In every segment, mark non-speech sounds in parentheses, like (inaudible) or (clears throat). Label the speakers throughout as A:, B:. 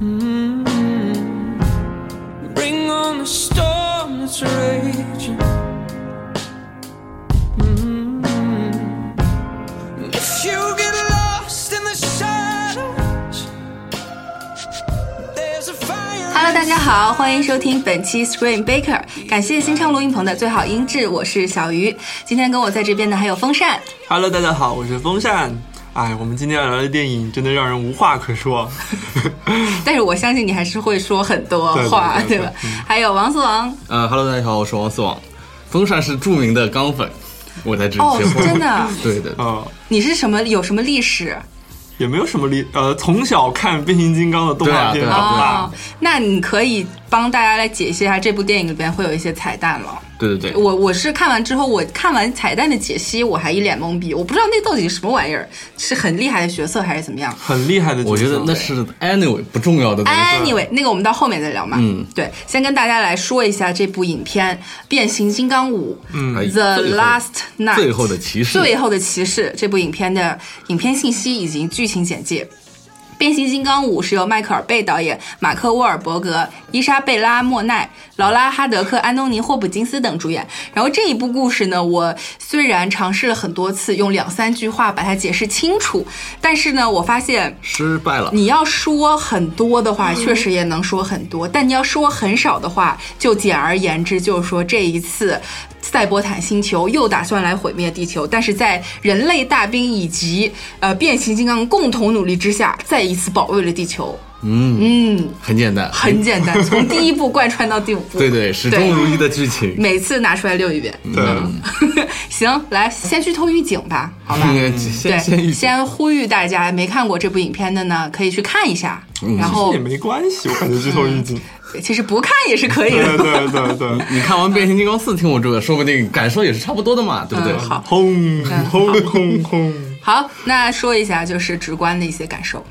A: Mm-hmm. a storm that's raging. Mhm. If you get lost in the shadows, there's a fire.
B: Hello，大家好，欢迎收听本期 Screen Baker，感谢新昌录音棚的最好音质，我是小鱼。今天跟我在这边的还有风扇，
C: Hello，大家好，我是风扇。哎，我们今天要聊的电影真的让人无话可说。 (laughs)
B: 但是我相信你还是会说很多
C: 对对
B: 话，
C: 对对嗯
B: 吧？还有王思王，
D: 呃哈喽，大家好，我是王思王，风扇是著名的钢粉，我在这里
B: 哦
D: 结，婚。
B: 真的，
D: 对的，
C: 啊，
B: 你是什么有什么历史
C: 也没有什么理，呃，从小看变形金刚的动画片
D: 对啊对啊
C: 长大。
B: 哦？那你可以帮大家来解析一下这部电影里边会有一些彩蛋了。
D: 对对对，
B: 我我是看完之后，我看完彩蛋的解析，我还一脸懵逼，我不知道那到底是什么玩意儿，是很厉害的角色还是怎么样？
C: 很厉害的角色，
D: 我觉得那是 anyway 不重要的东西。
B: Anyway，那个我们到后面再聊嘛。
D: 嗯，
B: 对，先跟大家来说一下这部影片《变形金刚五》
D: 哎
B: The
D: 最后
B: Last Night》
D: 最后的骑士
B: 最后的骑士这部影片的影片信息以及剧情简介。《变形金刚五》是由迈克尔贝导演、马克沃尔伯格、伊莎贝拉莫奈、劳拉哈德克、安东尼霍普金斯等主演。然后这一部故事呢，我虽然尝试了很多次用两三句话把它解释清楚，但是呢，我发现
D: 失败了，
B: 你要说很多的
D: 嗯
B: 话，确实也能说很多；但你要说很少的话，就简而言之，就是说这一次赛博坦星球又打算来毁灭地球，但是在人类大兵以及呃变形金刚共同努力之下，再一次保卫了地球。嗯嗯，
D: 很简单，
B: 很简
D: (laughs)
B: 单，从第一部贯穿到第五部。
D: 对对，始终如一的剧情。
B: 每次拿出来溜一遍。 (laughs)
C: 对，
D: 嗯
B: 行，来先剧透预警吧，好吧？
D: 嗯，先先
B: 对，
D: 预
B: 先呼吁大家没看过这部影片的呢，可以去看一下。
D: 嗯
B: 然后
C: 也没关系，我感觉剧透预
D: (laughs)
C: 警。
B: 其实不看也是可以
C: 对
B: 的。
C: 对对对，
D: 你看完《变形金刚四》，听我这个，说不定感受也是差不多的嘛，对不
B: (laughs)
D: 对？
B: 嗯好
C: 轰轰轰轰！
B: 好，那说一下就是直观的一些感受，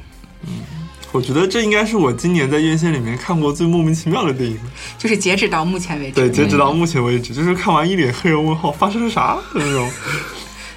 C: 我觉得这应该是我今年在院线里面看过最莫名其妙的电影。
B: 就是截止到目前为
C: 对，
B: 止，
C: 截止到目前为止，就是看完一脸黑人问号，发生了啥的那种。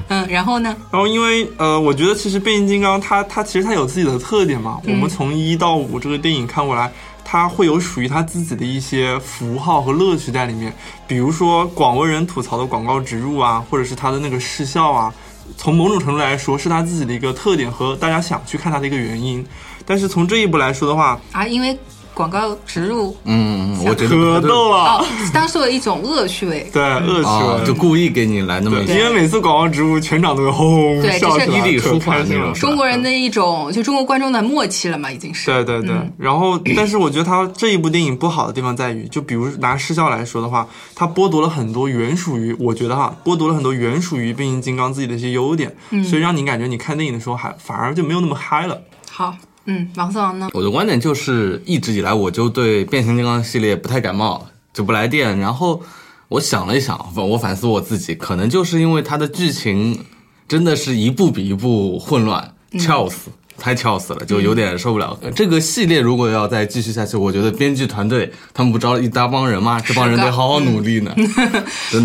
B: 嗯，然后呢，
C: 然后因为呃，我觉得其实变形金刚它它其实它有自己的特点嘛。
B: 嗯
C: 我们从一到五这个电影看过来，它会有属于它自己的一些符号和乐趣在里面，比如说广为人吐槽的广告植入啊，或者是它的那个视效啊，从某种程度来说是它自己的一个特点和大家想去看它的一个原因。但是从这一步来说的话，
B: 啊，因为广告植入
D: 嗯，嗯我觉得
C: 可逗了，
B: 哦，当做一种恶趣
D: (laughs)
B: 味，
C: 对，恶趣味、
D: 啊，就故意给你来那么
C: 对，
D: 一
C: 因为每次广告植入全场都会轰
B: 对
C: 笑
B: 这是
C: 起来，
D: 伊利
C: 可
D: 舒缓
C: 开心
D: 那
C: 了
D: 种。
B: 中国人的一种，就中国观众的默契了嘛，已经是。
C: 对对对，
B: 嗯
C: 然后但是我觉得他这一部电影不好的地方在于，就比如拿视效来说的话，它剥夺了很多原属于我觉得哈，剥夺了很多原属于变形金刚自己的一些优点，
B: 嗯
C: 所以让你感觉你看电影的时候还反而就没有那么嗨了。
B: 好，嗯，王思王呢？
D: 我的观点就是，一直以来我就对变形金刚系列不太感冒，就不来电。然后我想了一想，反我反思我自己，可能就是因为它的剧情真的是一步比一步混乱，
B: 嗯
D: 翘死。太翘死了，就有点受不了。呃这个系列如果要再继续下去，我觉得编剧团队他们不招了一大帮人吗？这帮人
B: 是的嗯
D: 得好好努力呢，真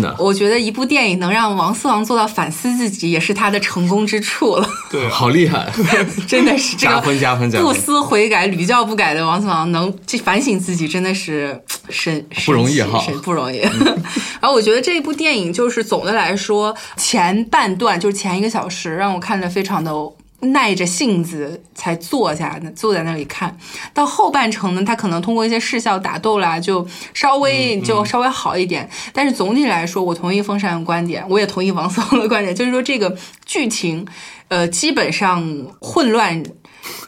B: (laughs)
D: 的。
B: 我觉得一部电影能让王思王做到反思自己，也是他的成功之处了。 (laughs)
C: 对
D: 好厉害，
B: 真的是这个
D: 加分加分加分
B: 不思悔改、屡教不改的王思王，能去反省自己，真的是神
D: 不容易
B: 神奇
D: 哈
B: 神不容易。然后我觉得这一部电影就是总的来说，前半段就是前一个小时，让我看的非常的。耐着性子才坐下，坐在那里看。到后半程呢，他可能通过一些视效打斗啦，就稍微就稍微好一点。但是总体来说，我同意风扇的观点，我也同意王思聪的观点，就是说这个剧情，呃，基本上混乱，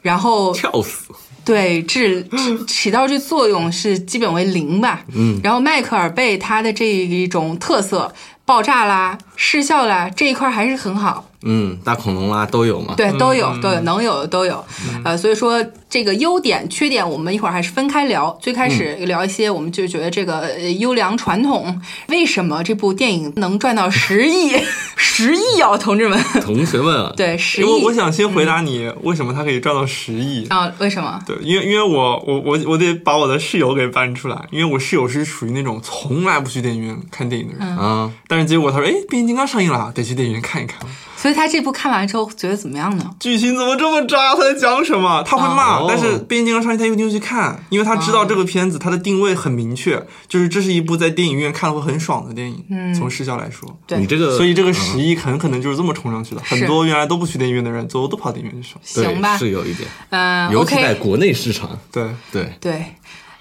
B: 然后
D: 跳死！
B: 对治治起到这作用是基本为零吧。嗯，然后迈克尔贝他的这一种特色，爆炸啦、视效啦这一块还是很好。
D: 嗯，大恐龙啦都有嘛。
B: 对，都
D: 嗯
B: 有，都有，能有的都有。呃，所以说这个优点、缺点，我们一会儿还是分开聊。最开始
D: 嗯
B: 聊一些，我们就觉得这个呃优良传统，为什么这部电影能赚到十
D: (laughs)
B: 亿？十亿哦，同志们，
D: 同学们啊，
B: 对，十
C: 我我
B: 亿嗯
C: 想先回答你，为什么它可以赚到十亿？
B: 啊？为什么？
C: 对，因为因为我我我我得把我的室友给搬出来，因为我室友是属于那种从来不去电影院看电影的人，
B: 嗯
D: 啊，
C: 啊但是结果他说，哎，变形金刚上映了，得去电影院看一看。
B: 所以他这部看完之后觉得怎么样呢？
C: 剧情怎么这么渣？他在讲什么？他会骂，
D: 哦
C: 但是《变形金刚》上映他一定会去看，因为他知道这个片子它的定位很明确，就是这是一部在电影院看了会很爽的电影。嗯，从视角来说，
B: 对
D: 你这个，
C: 所以这个十亿很可能就是这么冲上去的。
B: 是
C: 很多原来都不去电影院的人，最后都跑电影院去了。
D: 对
B: 行吧，
D: 是有一点，
B: 嗯、
D: 尤
B: o
D: 其在
B: k
D: 国内市场，
C: 对，
D: 对，
B: 对。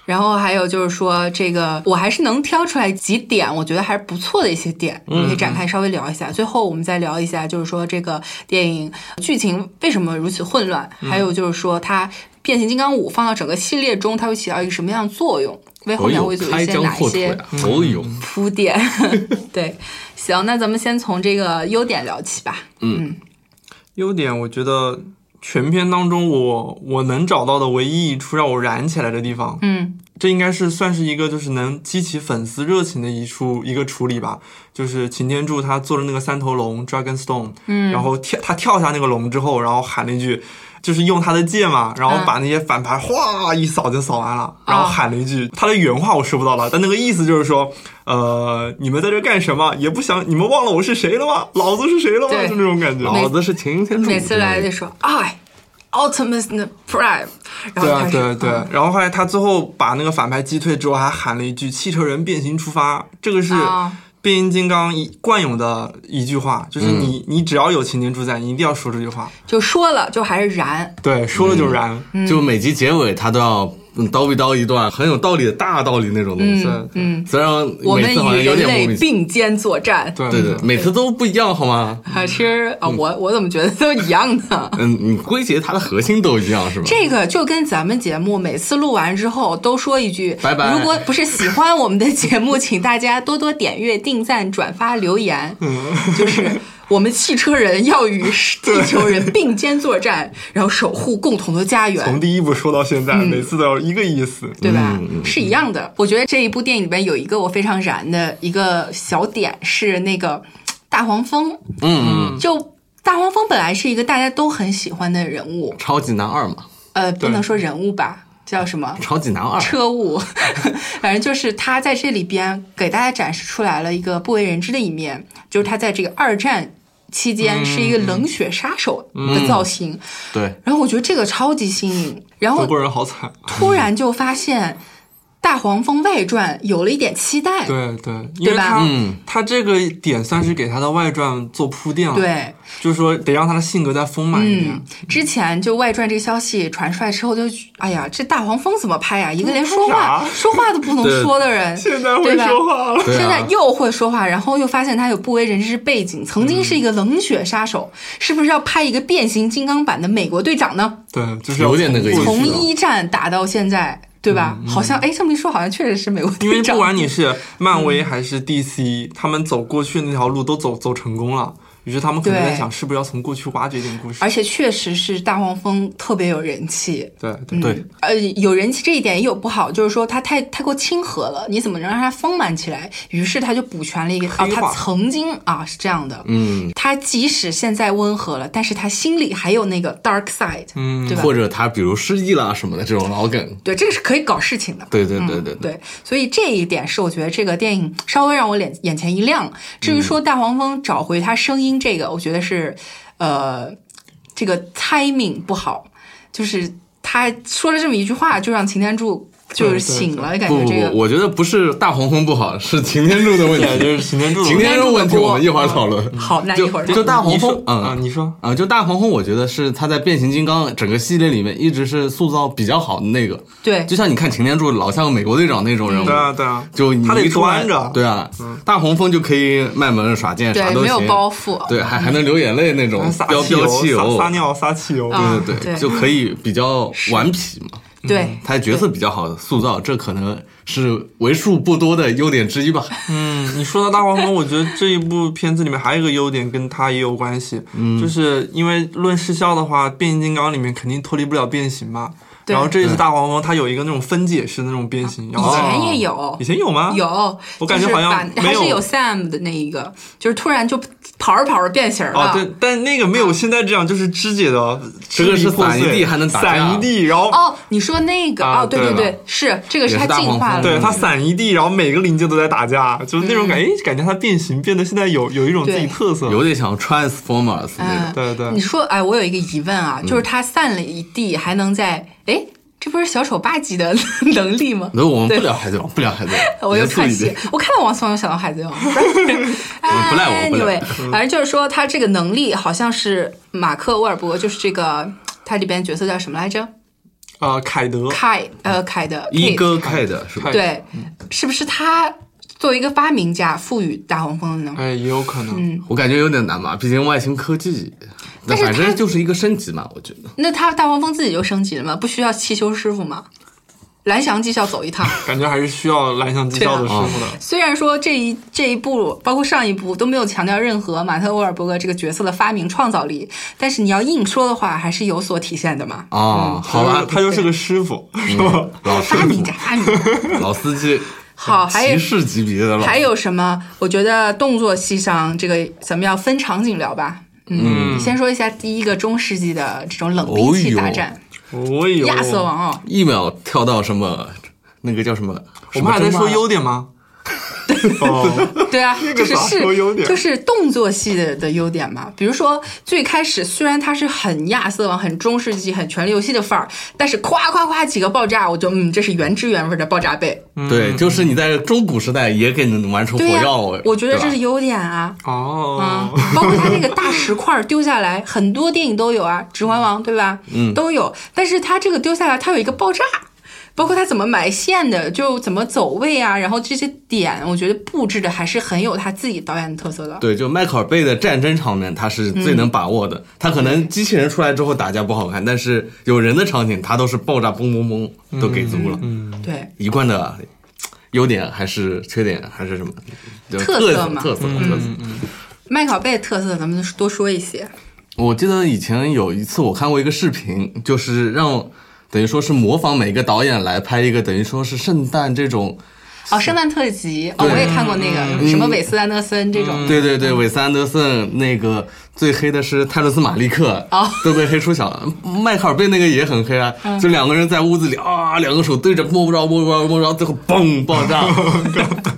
B: 然后还有就是说，这个我还是能挑出来几点，我觉得还是不错的一些点，可以
C: 嗯
B: 展开稍微聊一下。最后我们再聊一下，就是说这个电影剧情为什么如此混乱，
C: 嗯
B: 还有就是说它《变形金刚五》放到整个系列中，它会起到一个什么样的作用？为后
D: 我
B: 面
D: 有
B: 会做
D: 开
C: 哎
B: 一些
D: 疆
B: 哪一
D: 拓土
B: 些嗯
D: 呀，我有，
B: 铺垫？ (laughs) 对，行，那咱们先从这个优点聊起吧。
C: 优点我觉得全片当中我我能找到的唯一一处让我燃起来的地方，
B: 嗯，
C: 这应该是算是一个就是能激起粉丝热情的一处一个处理吧。就是擎天柱他做了那个三头龙 Dragon Stone，嗯，然后跳他跳下那个龙之后，然后喊了一句。就是用他的剑嘛，然后把那些反派哗一扫就扫完了，然后喊了一句，他的原话我说不到了，但那个意思就是说，呃，你们在这干什么？也不想你们忘了我是谁了吗？老子是谁了吗？
B: 对
C: 就那种感觉。
D: 老子是擎天柱，
B: 每次来就说 I Ultimate 哎 Prime，然
C: 对
B: 后
C: 啊
B: 开，始
C: 对啊对啊
B: 嗯，
C: 然后后来他最后把那个反派击退之后，还喊了一句“汽车人变形出发”，这个是
B: 啊
C: 变形金刚一惯有的一句话，就是你
B: 嗯
C: 你只要有擎天柱在，你一定要说这句话。
B: 就说了，就还是燃。
C: 对，说了就燃。
B: 嗯
D: 就每集结尾他都要嗯叨逼叨一段很有道理的大道理那种东西，
C: 对，嗯，
D: 虽然
B: 我们
D: 每次好像
B: 与
D: 有
B: 人
D: 点莫
B: 类
D: 名其妙，
B: 并肩作战，
C: 对
D: 对嗯对，每次都不一样好吗？
B: 啊，其实啊，我我怎么觉得都一样
D: (laughs)
B: 呢？
D: 嗯，你归结它的核心都一样是吧？
B: 这个就跟咱们节目每次录完之后都说一句
D: 拜拜
B: 如果不是喜欢我们的节目， (laughs) 请大家多多点阅、订赞、转发、留言。
D: 嗯
B: (laughs) 就是我们汽车人要与地球人并肩作战，然后守护共同的家园。
C: 从第一部说到现在，每次都要一个意思。
B: 嗯对吧？
D: 嗯
B: 是一样的。我觉得这一部电影里边有一个我非常燃的一个小点是那个大黄蜂，
D: 嗯，嗯
B: 就。大黄蜂本来是一个大家都很喜欢的人物，
D: 超级男二嘛，
B: 呃，不能说人物吧，叫什么？
D: 超级男二，
B: 车务， (laughs) 反正就是他在这里边给大家展示出来了一个不为人知的一面，就是他在这个二战期间是一个冷血杀手的造型。
D: 对，
B: 然后我觉得这个超级新颖，然后
C: 德国人好惨。
B: 突然就发现《大黄蜂外传》有了一点期待。
C: 对对，因为
B: 吧
C: 他
D: 嗯
C: 他这个点算是给他的外传做铺垫了，，
B: 对
C: 就是说得让他的性格再丰满一点
B: 嗯。，之前就外传这个消息传出来之后就，哎呀，这大黄蜂怎么拍呀、啊一个连说话
C: 他嗯啥
B: 说话都不能
D: 对
B: 说的人，
C: 现在
B: 对
C: 会
B: 吧
C: 说话了，
D: 对啊
B: 现在又会说话，然后又发现他有不为人知背景，曾
C: 嗯
B: 经是一个冷血杀手，是不是要拍一个变形金刚版的美国队长呢？
C: 对，就是要啊
D: 有点那个意思
C: 重复
B: 从
C: 一下
B: 一战打到现在，对吧？好像哎，这么一说，好像确实是美国
C: 因为
B: 队长。
C: 不管你是漫威还是
D: (laughs)
C: DC，、他们走过去那条路都走走成功了，于是他们可能在
B: 对
C: 想，是不是要从过去挖掘一点故
D: 哎
C: 事
B: 而？且确实是大黄蜂特别有人气，
C: 对对
D: 对，
B: 呃，有人气这一点也有不好，就是说它太太过亲和了，你怎么能让它丰满起来？于是他就补全了一个，哦，
C: 黑化
B: 他曾经啊是这样的，嗯，他即使现在温和了，但是他心里还有那个 dark side，嗯，对吧？
D: 或者他比如失忆啊啦什么的这种老梗，
B: 对，这个是可以搞事情的。
D: 对对对对对，
B: 对，所以这一点是我觉得这个电影稍微让我眼眼前一亮。至于说
C: 嗯
B: 大黄蜂找回他声音这个，我觉得是，呃，这个 timing 不好，就是他说了这么一句话，就让擎天柱就是
C: 对对
B: 醒了，感觉
D: 不不
B: 哎这
D: 不，
B: 个。
D: 我觉得不是大黄蜂不好，是擎天柱的
C: (laughs)
D: 问
C: 对，就是
D: 题，
C: 擎天柱。
D: 擎天柱问题我们一会儿讨论。
B: 嗯好，那一
D: 就
B: 会儿
D: 就大黄蜂
C: 你，说啊，
D: 嗯，
C: 你说
D: 啊，就大黄蜂，我觉得是他在变形金刚整个系列里面一直是塑造比较好的那个，
B: 对
D: 就像你看擎天柱老像美国队长那种人物，
C: 对啊对啊，
D: 就你
C: 他得
D: 一出来
C: 端着，嗯
D: 对啊，大黄蜂就可以卖萌耍贱，啥
B: 对，
D: 都行，
B: 没有包袱，
D: 对，还还能流眼泪那种，
C: 嗯撒
D: 飙飙
C: 汽
D: 汽油，
C: 撒撒尿撒汽油，
B: 啊
D: 对对
B: 对
D: 对，就可以比较顽皮嘛。
B: 对，
D: 他角色比较好塑造，这可能是为数不多的优点之一吧。
C: 嗯，你说到大黄蜂，我觉得这一部片子里面还有一个优点跟它也有
D: 嗯
C: 关系，就是因为论视效的话，变形金刚里面肯定脱离不了变形嘛。
B: 对
C: 然后这一次大黄蜂它有一个那种分解式的那种变
D: 啊
C: 形，然
B: 以
C: 后
B: 前也有
C: 嗯哦以，前有吗？
B: 有，
C: 我感觉
B: 就是
C: 好像
B: 把还
C: 没
B: 是
C: 有
B: 有 Sam 的那一个，就是突然就跑着跑着变形了。
C: 啊，对，但那个没有现在这样，就是肢解的支
D: 这个
C: 离
D: 是
C: 破
D: 散一
C: 碎
D: 地还能打架
C: 散一地，然后
B: 哦，你说那个
C: 啊
B: 哦，对
C: 对
B: 对
C: 了，
B: 是这个是
D: 也
B: 它
D: 是大
B: 进
D: 黄
B: 化
D: 蜂
B: 了，
C: 对，它散一地，然后每个零件都在打架，就是那种
B: 嗯
C: 感觉，哎、感觉它变形变得现在有有一种自
B: 对
C: 己特色。
D: 有点像 Transformers 那
B: 嗯
D: 种。
C: 对对
B: 你说，哎，我有一个疑问
D: 嗯
B: 啊，就是它散了一地，还能在哎，这不是小丑八级的 (laughs) 能力吗？
D: 那我们
B: 对
D: 不聊海贼王，不聊海贼
B: (laughs)
D: 王，
B: 我又
D: 严肃
B: 喘
D: 一
B: 气
D: 点。，
B: 我看到王思聪就想到海贼
D: (laughs)
B: 王，不
D: 不赖我不嗯赖我
B: 哎 Anyway，反正就是说他这个能力好像是马克·沃尔伯，就是这个他里边角色叫什么来着？
C: 啊、凯德，
B: 凯呃凯的
D: 嗯一
B: Kate
D: 哥嗯开的是吧？
C: 凯
B: 对，是不是他作为一个发明家赋予大黄蜂
D: 嗯
B: 的呢？
C: 哎，也有可能。
B: 嗯
D: 我感觉有点难吧，毕竟外星科技，那
B: 但是
D: 反
B: 它
D: 正就是一个升级嘛，我觉得。
B: 那他大黄蜂自己就升级了吗？不需要汽修师傅吗？蓝翔技校走一趟。
C: 感觉还是需要蓝翔技校的师傅的。
B: 虽然说这一这一部，包括上一部都没有强调任何马特·沃尔伯格这个角色的发明创造力，但是你要硬说的话，还是有所体现的嘛。
D: 哦，好
C: 吧，
D: 吧，
C: 嗯
D: 嗯
C: 他就是个
B: (laughs)
C: 师傅，是吧？
D: 老师
B: 嗯发明
D: 傅
B: 家，发明家。
D: 老司机，
B: 好， (laughs) 还有
D: 骑士级别的老，
B: 还有什么？我觉得动作戏上，这个咱们要分场景聊吧。嗯，哦先说一下第一个中世纪的这种冷兵器大战，
C: 我有。
B: 亚瑟王哦，
D: 一秒跳到什么那个叫什么？
C: 我们还在说
D: 什么啊
C: 优
B: (laughs)
C: 点吗？哦，
B: 对啊，
C: 这个
B: 就是
C: 咋
B: 是
C: 说优点
B: 就是动作戏的的优点嘛。比如说最开始虽然它是很亚瑟王、很中世纪、很权力游戏的范儿，但是夸夸夸几个爆炸，我就嗯，这是原汁原味的爆炸背。
D: 中对，就是你在中古时代也给能玩出火
B: 对呀、
D: 药，
B: 我觉得这是
D: 对吧
B: 优点啊。啊
C: 哦，，
B: (laughs) 包括它那个大石块儿丢下来，很多电影都有啊，《指环王》对吧？嗯，都有。但是它这个丢下来，它有一个爆炸，包括它怎么埋线的，就怎么走位啊，然后这些点，我觉得布置的还是很有他自己导演的特色的。
D: 对，就迈克尔贝的战争场面，他是最能把握的。他可能机器人出来之后打架不好看，但是有人的场景，他都是爆炸嘣嘣嘣都给足了。
B: 对，
D: 一贯的优点还是缺点还是什么？就
B: 特色
D: 色
B: 嘛嗯
D: 特色特色。
B: 麦考贝特色咱们多说一些。
D: 我记得以前有一次我看过一个视频，就是让等于说是模仿每个导演来拍一个等于说是圣诞这种，
B: 哦，圣诞特辑，哦，我也看过那个什么韦斯安德森这种。
D: 对对对，韦斯安德森那个最黑的是泰勒斯马利克
B: 哦嗯
D: 都被黑出小了，迈克尔贝那个也很黑啊，就两个人在屋子里啊，两个手对着摸不着摸不着摸不着，最后嘣爆炸，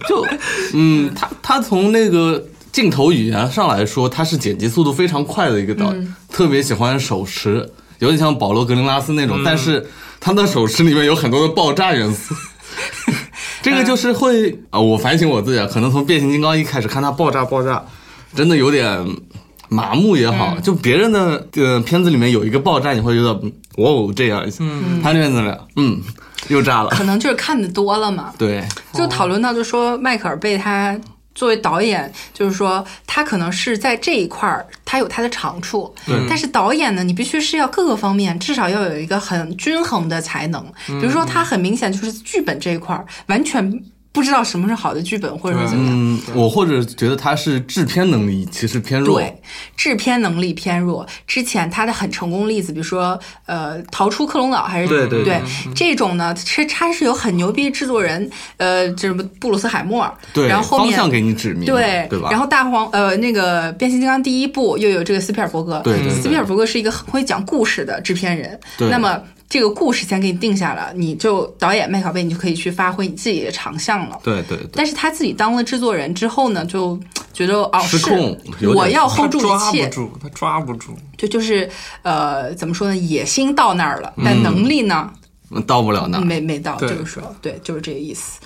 D: 就嗯，他他从那个。镜头语言上来说，他是剪辑速度非常快的一个导演，
B: 嗯
D: 特别喜欢手持，有点像保罗·格林拉斯那种，但是他的手持里面有很多的爆炸元素。这个就是会啊、我反省我自己，啊，可能从变形金刚一开始看它爆炸爆炸，真的有点麻木也
B: 嗯
D: 好，就别人的呃片子里面有一个爆炸，你会觉得嗯哇哦这样一下，他那边怎么样？嗯，又炸
B: (laughs)
D: 了，
B: 可能就是看的多了嘛，
D: 对，
B: 就讨论到就说迈克尔贝他作为导演，就是说他可能是在这一块儿他有他的长处，但是导演呢，你必须是要各个方面至少要有一个很均衡的才能。比如说他很明显就是剧本这一块儿完全不知道什么是好的剧本，或者说怎么样。
D: 嗯，我或者觉得他是制片能力其实偏弱，
B: 对，制片能力偏弱。之前他的很成功例子，比如说呃，逃出克隆岛还是
D: 对对嗯对
B: 这种呢，其实他是有很牛逼的制作人，呃，这什么布鲁斯海默尔，
D: 对，
B: 然后后
D: 方
B: 面
D: 向给你指明了，
B: 对
D: 对吧？
B: 然后大黄呃那个变形金刚第一部又有这个斯皮尔伯格，嗯
D: 对对对
B: 斯皮尔伯格是一个很会讲故事的制片人，
D: 对
B: 那么。这个故事先给你定下了，你就导演麦考贝，你就可以去发挥你自己的长项了。
D: 对对对，
B: 但是他自己当了制作人之后呢，就觉得哦，
D: 失
B: 是
D: 控有点
B: 我要
C: 他
B: 哦 hold 住一
C: 抓不
B: 切，
C: 住，他抓不住。
B: 就就是呃，怎么说呢，野心到那儿了，但能力呢，
D: 到不嗯了那儿，
B: 没没到，
C: 对
B: 就是说，对，就是这个意思。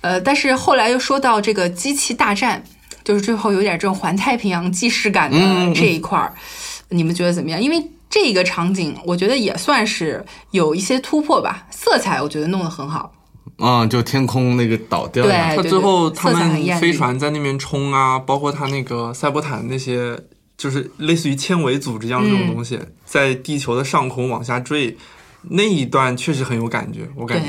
B: 呃，但是后来又说到这个机器大战，就是最后有点这种环太平洋既视
D: 嗯
B: 感的这一块儿，你们觉得怎么样？因为这个场景，我觉得也算是有一些突破吧，色彩我觉得弄得很好。
D: 嗯，就天空那个倒掉
B: 对
D: 了，
C: 他
B: 哎对
C: 最后
B: 对
C: 他
B: 色彩很
C: 们
B: 艳丽
C: 飞船在那边冲啊，包括他那个赛博坦那些，就是类似于纤维组织一样的这
B: 嗯
C: 种东西，在地球的上空往下坠，那一段确实很有感觉，我感觉。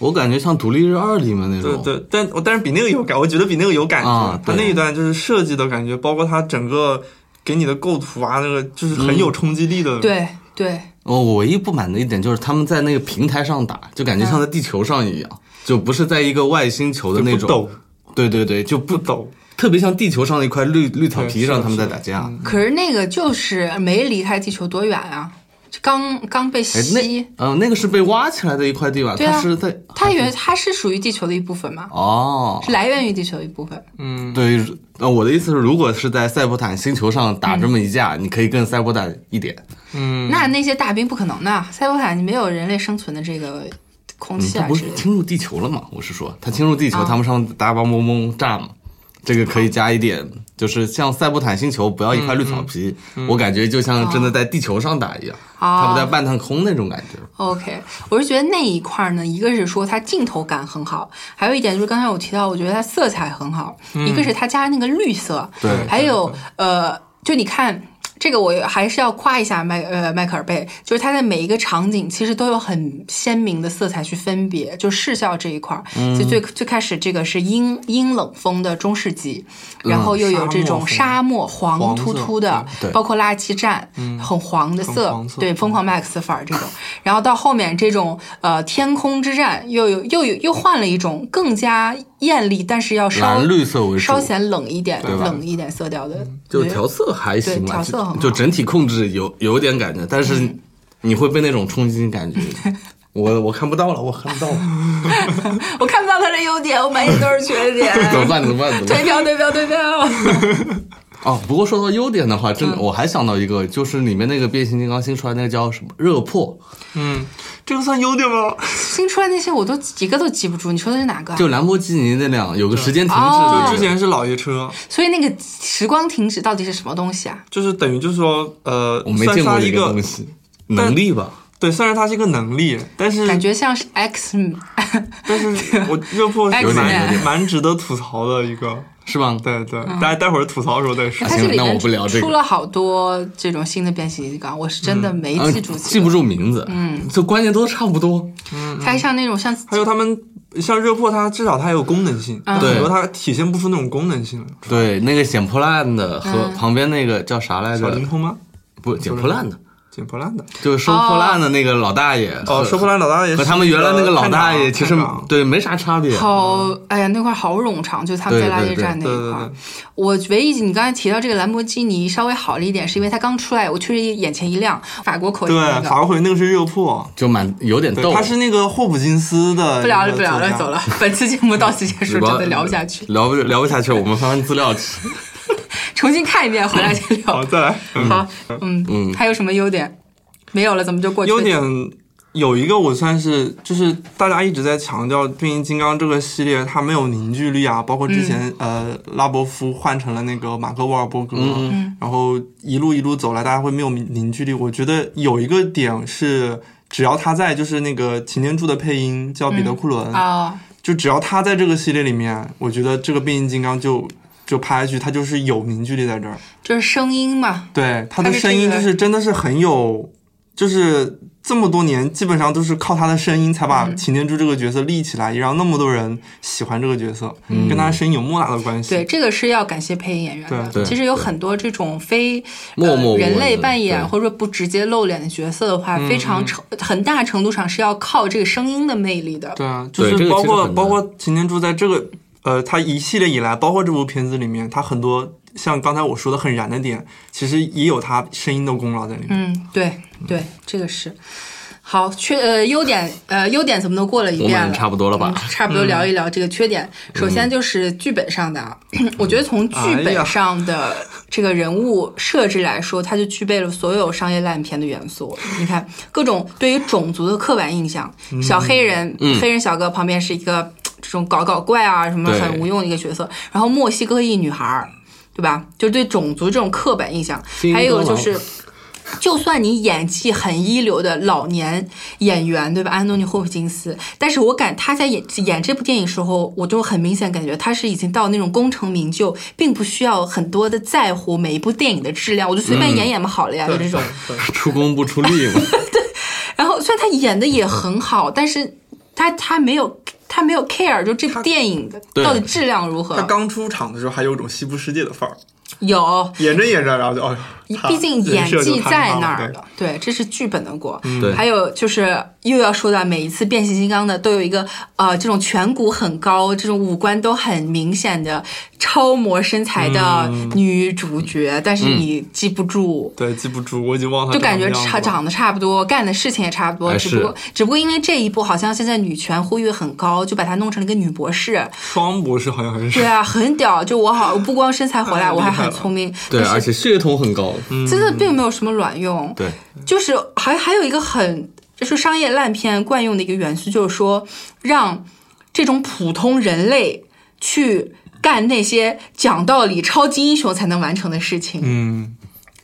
D: 我感觉像《独立日二》里面那
C: 对
D: 种，
C: 对，但我但是比那个有感，我觉得比那个有感觉
D: 啊。
C: 他
D: 对
C: 那一段就是设计的感
D: 嗯
C: 觉，包括他整个给你的构图啊，那个就是很有冲击力的。
B: 对对，
D: 哦，我唯一不满的一点就是他们在那个平台上打，就感觉
B: 嗯
D: 像在地球上一样，就不是在一个外星球的那
C: 就不
D: 种
C: 抖。
D: 对对对，就不 (laughs)
C: 抖，
D: 特别像地球上的一块绿绿草
C: 对
D: 皮
C: 是的
D: 上他们在
C: 是的
D: 打架。
B: 可是那个就是没离开地球多远啊，就刚刚被
D: 哎，那
B: 吸。
D: 嗯、那个是被挖起来的一块地吧？
B: 对啊
D: 它是在
B: 它原它是属于地球的一部分嘛，
D: 哦，
B: 是来源于地球的一部分。
C: 嗯
D: 对，呃，我的意思是，如果是在赛博坦星球上
B: 嗯
D: 打这么一架，你可以更赛博坦一点，嗯
B: 那那些大兵不可能的，赛博坦没有人类生存的这个空气
D: 嗯它
B: 啊
D: 不
B: 之
D: 是
B: 类的。
D: 侵入地球了吗？我是说，它侵入地球，
B: 啊
D: 他们上大巴嗡嗡炸嘛，这个可以加一点，就是像赛博坦星球不要一块绿草皮，
B: 嗯
D: 我感觉就像真的在地球上打一样，
B: 啊
D: 它不在半探空那种感觉。
B: OK，我是觉得那一块儿呢，一个是说它镜头感很好，还有一点就是刚才我提到，我觉得它色彩很好，一个是它加那个绿色，
D: 嗯对
B: 还有呃，就你看。这个我还是要夸一下迈呃迈克尔贝，就是他在每一个场景其实都有很鲜明的色彩去分别，就视效这一块儿，
D: 嗯
B: 就最最开始这个是阴阴冷风的中世纪，然后又有这种沙
C: 沙
B: 漠黄
C: 黄
B: 秃
C: 色
B: 秃的，
D: 对嗯
B: 包括垃圾站、很黄的
C: 很
B: 色，
C: 黄色
B: 对，疯狂 Max 范儿这种，然后到后面这种呃天空之战又有又有又换了一种更加艳丽，但是要稍
D: 蓝绿色为主
B: 稍显冷一点、
D: 对吧嗯
B: 冷一点色调的，
D: 就
B: 对
D: 调色还行吧，
B: 对调色很好嗯
D: 就就整体控制有有点感觉，但是你会被那种冲击感
B: (laughs)
D: 觉。我我看不到了，我看不到了，
B: 我看不到它的优点，我满眼都是缺
D: (laughs)
B: 点。
D: 怎么办？怎么办？怎么
B: 退
D: 办？
B: 票，退票，退票！
D: 哦，不过说到优点的话，
B: 嗯
D: 真的、我还想到一个，就是里面那个变形金刚新出来那个叫什么热破，
C: 嗯，这个算优点吗？
B: 新出来那些我都几个都记不住，你说的是哪个啊？
D: 就兰博基尼那辆有个时间停滞
B: 哦
D: 的
C: 就
D: 那
C: 之
D: 个，
C: 前是老爷车，
B: 所以那个时光停止到底是什么东西啊？
C: 就是等于就是说，呃，
D: 我没
C: 算
D: 见
C: 是
D: 过
C: 它
D: 这
C: 一
D: 东
C: 个，
D: 西，能力吧？
C: 对，虽然它是一个能力，但是
B: 感觉像是 X， (laughs)
C: 但是我热破
B: X-Men
C: 是
D: 有点
C: 蛮蛮值得吐槽的一个，
D: 是吧？嗯
C: 对对，
B: 嗯
C: 大家待会儿吐槽的时候再说
B: 哎它。这
D: 行
B: 里
D: 那我
B: 面
D: 不聊这个
B: 出了好多这种新的变形金刚，我是真的没
D: 嗯
B: 记住几个，
D: 记不住名字，嗯，就关键都差不多，
B: 它像那种像
C: 还有他们像热破，它至少它还有功能性，
B: 嗯
C: 但
D: 对
C: 很多它体现不出那种功能性了。
D: 对，那个捡破烂的
B: 嗯
D: 和旁边那个叫啥来
C: 小
D: 着
C: 灵？通吗？
D: 不，捡破烂的，
C: 捡破烂的
D: 就是收破烂的那个老大爷，
C: 哦，
D: 和
C: 收破烂老大爷
D: 呃和
C: 是
D: 他们原来那个老
C: 探长
D: 大爷其实
C: 探长
D: 对没啥差别，
B: 好，哎呀，那块儿好冗长，就他们在
D: 对
B: 垃圾
D: 对
B: 站那
C: 对
B: 一
C: 对
B: 块儿
C: 对。
B: 我唯一你刚才提到这个兰博基尼稍微好了一点，是因为它刚出来，我确实眼前一亮，法国口音那
C: 对，法
B: 个。
C: 国回那个是热破，
D: 就蛮有点
C: 对，
D: 逗。
C: 他是那个霍普金斯的。
B: 不聊了，不聊了，走。了。本期节目到此
D: (laughs)
B: 结束，真
D: 聊
B: 的聊不下去，
D: 聊不聊不下去，我们翻翻
B: (laughs)
D: 资料去。
B: 重新看一遍，回来再
C: 好，
B: 聊。
C: 再来。嗯
B: 好，嗯嗯，还有什么优点？没有了，咱们就过去了。
C: 优点有一个，我算是就是大家一直在强调《变形金刚》这个系列，它没有凝聚力啊，包括之前、呃拉伯夫换成了那个马克沃尔伯格，然后一路一路走来，大家会没有凝聚力。我觉得有一个点是。只要他在，就是那个擎天柱的配音叫彼得·库伦，
B: 啊，
C: 就只要他在这个系列里面，我觉得这个变形金刚就就拍下去，它就是有凝聚力在这儿。
B: 就是声音嘛，
C: 对，他
B: 它
C: 的
B: 是
C: 声音
B: 这个
C: 就是真的是很有，就是这么多年基本上都是靠他的声音才
B: 嗯
C: 把擎天柱这个角色立起来，也让那么多人喜欢这个角色，跟他的声音有莫大的关系。
B: 对，这个是要感谢配音演员的。
D: 对对
B: 其实有很多这种非
D: 默
B: 呃、
D: 默无闻的
B: 人类扮演
D: 对嗯
B: 或者说不直接露脸的角色的话，非常成很大程度上是要靠这个声音的魅力的。
C: 对啊，就
D: 对这
C: 是
D: 个
C: 包
D: 其实
C: 括
D: 很难
C: 包括擎天柱在这个呃，他一系列以来，包括这部片子里面，他很多像刚才我说的很燃的点，其实也有他声音的功劳在里面。
B: 嗯，对对，这个是。好，缺呃优点呃优点怎么都过了一
D: 我
B: 遍
D: 们
B: 了，
D: 差不多了吧嗯
B: 嗯差不多聊一聊这个缺点。首先就是剧本上的，啊， (clears throat) 我觉得从剧
C: 哎
B: 本
C: 呀
B: 上的这个人物设置来说，它就具备了所有商业烂片的元素。你看，各种对于种族的刻板印象，
D: 嗯
B: 小黑人、黑人小哥旁边是一个这种搞搞怪啊什么
D: 对
B: 很无用的一个角色，然后墨西哥裔女孩儿，对吧？就对种族这种刻板印象，
D: 新
B: 还有
D: 歌
B: 就
D: 王
B: 是。就算你演技很一流的老年演员，对吧？安东尼·霍普金斯，但是我感他在演演这部电影时候，我就很明显感觉他是已经到那种功成名就，并不需要很多的在乎每一部电影的质量，我就随便演演嘛好了呀，就这种。
D: 出工不出力嘛。
B: (laughs) 然后虽然他演的也很好，但是他他没有他没有 care，就这部电影的
D: 对
B: 到底质量如何？
C: 他刚出场的时候还有一种西部世界的范儿，
B: 有，
C: 演着演着，然后就哦，
B: 毕竟演
C: 人设就
B: 技
C: 坍塌
B: 在
C: 了
B: 那儿
C: 对
B: 了，对，这是剧本的锅。
C: 嗯
D: 对
B: 还有就是又要说到每一次变形金刚的都有一个呃这种颧骨很高、这种五官都很明显的超模身材的
C: 嗯
B: 女主角，但是你记不住。
C: 对，记不住，我已经忘了
B: 就
C: 他
B: 感
C: 嗯长什
B: 觉
C: 么样子
B: 差
C: 了
B: 长得差不多，干的事情也差不多，
D: 哎
B: 只不
D: 是
B: 过只不过因为这一部好像现在女权呼吁很高，就把她弄成了一个女博士，
C: 双博士好像很少
B: 对。啊，很屌。就我好不光身材火辣，
C: 太厉害
B: 我还很
C: 了
B: 聪明，
D: 对，而且血统很高，
B: 真的并没有什么卵用。
D: 对，
B: 就是还还有一个很就是商业烂片惯用的一个元素，就是说让这种普通人类去干那些讲道理、超级英雄才能完成的事情。
C: 嗯，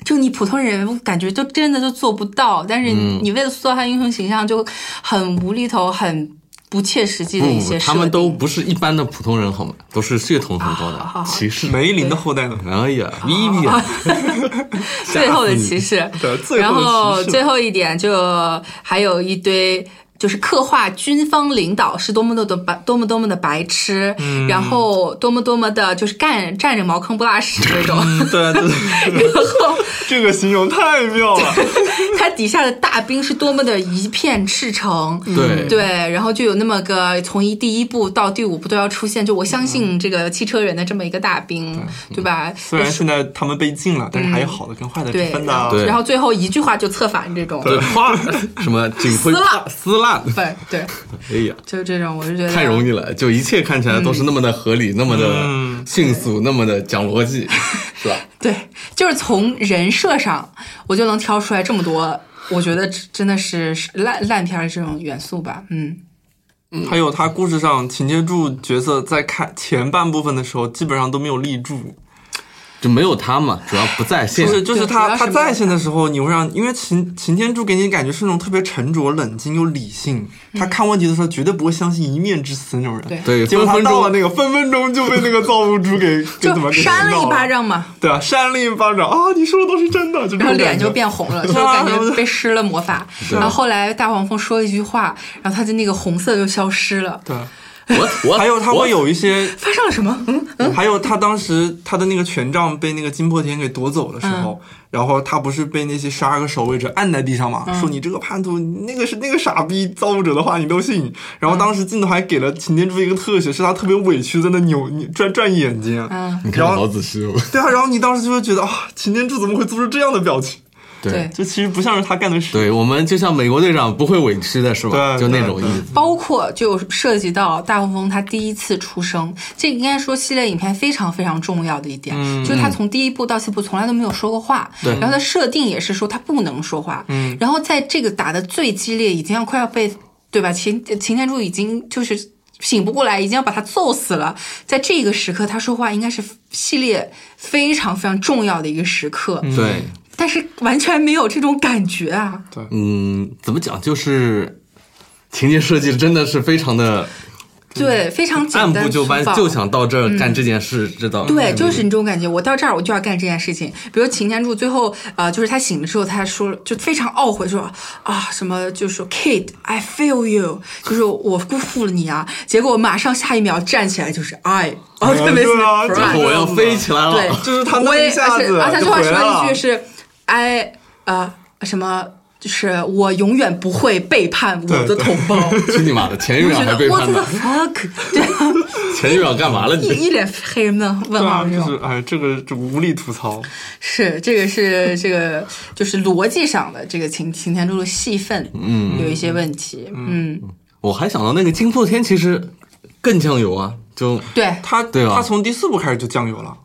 B: 就你普通人，我感觉都真的都做不到。但是
D: 嗯
B: 你你为了塑造他英雄形象，就很无厘头、很不切实际的嗯一
D: 不
B: 些
D: 不，
B: 设定。
D: 他们都不是一般的普通人好吗？都是血统很高的骑士。
C: 梅林的后代呢？
D: 哎呀，伊利啊，
B: 最后的骑士，
C: 对最
B: 然
C: 后的
B: 后
C: 骑士
B: 最后一点就还有一堆。就是刻画军方领导是多么多的白，多么多么的白痴，然后多么多么的，就是干站着茅坑不拉屎那种。
C: 嗯，对对对，
B: (laughs) 然后
C: 这个形容太妙了。
B: 他底下的大兵是多么的一片赤诚，
D: 对
B: 对，然后就有那么个从一第一部到第五部都要出现，就我相信这个汽车人的这么一个大兵，对吧？
C: 虽然现在他们被禁了，但是还有好的跟坏的之
B: 对
C: 分的。
D: 对
B: 然后最后一句话就策反这种，
D: 对，啪，什么警徽
B: 撕烂
D: 啪撕烂，
B: (laughs) 对对，
D: 哎呀，
B: 就是这种，我就觉得
D: 太容易了，就一切看起来都是那么的合
B: 嗯
D: 理，那么
C: 嗯
D: 的迅速，那么的讲
B: (laughs)
D: 逻辑，是吧？
B: 对，就是从人设上，我就能挑出来这么多，我觉得真的是烂烂片儿这种元素吧。嗯，
C: 还有他故事上情节柱角色在看前半部分的时候，基本上都没有立住。
D: 就没有他嘛，主要不在线
C: 不。是，就是
B: 对主
C: 他
B: 要是
C: 他
B: 没有
C: 在线的时候，你会让，因为擎擎天柱给你感觉是那种特别沉着、冷静又理性，他看问题的时候绝对不会相信一面之词那种人。
B: 嗯对
D: 对，
C: 结果
D: 分
C: 他
D: 分
C: 到了
D: 钟
C: 那个分分钟就被那个造物
B: (laughs)
C: 主给给怎么
B: 就
C: 给
B: 扇了
C: 弄
B: 一
C: 到
B: 巴，掌嘛，
C: 对啊，扇了一巴掌啊！你说的都是真的，就这
B: 然后
C: 种
B: 脸
C: 感觉
B: 就变红了，就
C: 对啊
B: 感
C: 然后
B: 觉
C: (laughs) 就
B: 被施了魔法。然后后来大黄蜂说一句话，然后他的那个红色就消失了。
C: 对。啊
D: 我我
C: 还有他会有一些
B: 发生了什么？嗯，
C: 还有他当时他的那个权杖被那个金破天给夺走的时候，
B: 嗯
C: 然后他不是被那些十二个守卫者按在地上嘛，
B: 嗯
C: 说你这个叛徒，你那个是那个傻逼造物者的话你都信。然后当时镜头还给了擎天柱一个特写，是他特别委屈在那扭扭转转眼睛。啊
B: 嗯
D: 你看
C: 然
D: 的好
C: 后
D: 仔细哦。
C: 对啊，然后你当时就会觉得啊，擎天柱怎么会做出这样的表情？
B: 对
D: 对。
C: 就其实不像是他干的事。
D: 对我们就像美国队长不会委屈的是吧？
C: 对
D: 就那
C: 对
D: 种意
C: 对
D: 思。
B: 包括就涉及到大黄蜂他第一次出生，这个应该说系列影片非常非常重要的一点，就是他从第一部到四部从来都没有说过话，
D: 嗯对
B: 然后他设定也是说他不能说话，嗯，然后在这个打的最激烈，已经要快要被对吧？擎擎天柱已经就是。醒不过来，已经要把他揍死了。在这个时刻，他说话应该是系列非常非常重要的一个时刻，
C: 嗯
D: 对，
B: 但是完全没有这种感觉啊！
D: 嗯，怎么讲？就是情节设计真的是非常的
B: 对，非常简
D: 按
B: 单
D: 部就班
B: 粗，暴
D: 就想到这儿干这件事，知道？嗯
B: 对，就是你这种感觉，我到这儿我就要干这件事情。比如擎天柱最后，呃，就是他醒了之后，他说了就非常懊悔说啊什么，就是说 Kid I fail you，就是我辜负了你啊。结果马上下一秒站起来就是 I，哦，特别是
C: 对 (laughs) 啊
D: 然后
B: pride
D: 我要飞起来了。
B: 对，
D: (laughs)
C: 就是他那
B: 我也
C: 一下
B: 而且
C: 子
B: 而且他最
C: 就
B: 后还
C: 回
B: 说
C: 来
B: 了一句
C: 了
B: 是 I 呃什么，就是我永远不会背叛我的
C: 对对
B: 同
C: (laughs)
B: 胞。
D: 去你妈的！前一
B: 我
D: 秒
B: 觉
D: 还
B: 得
D: 背
B: What
D: 叛
B: the
D: 呢，
B: fuck，对， (laughs)
D: 前一秒干嘛了你？
B: 一一脸黑人问问
C: 对
B: 号
C: 啊，
B: 这
C: 就
B: 种
C: 是。哎，这个就无力吐槽。
B: 是，这个 (laughs) 是这个就是逻辑上的这个擎擎天柱的戏份，嗯，有一些问题，嗯，
D: 我还想到那个金破天其实更酱油啊，就
B: 对，
C: 他
D: 对啊
C: 他从第四部开始就酱油了。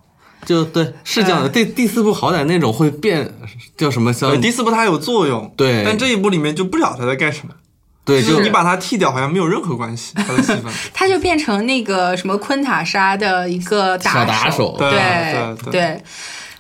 D: 就对是这样
B: 嗯
D: 的。第第四部好歹那种会变叫什么像
C: 对，第四部它还有作用，
D: 嗯对
C: 但这一部里面就不了它在干什么，
D: 对
C: 就
D: 就是
C: 你把它剃掉好像没有任何关系，它的
D: (laughs)
C: 戏份。
B: 他就变成那个什么昆塔莎的一个
D: 小
B: 打
D: 打手
C: 对
B: 对
C: 对对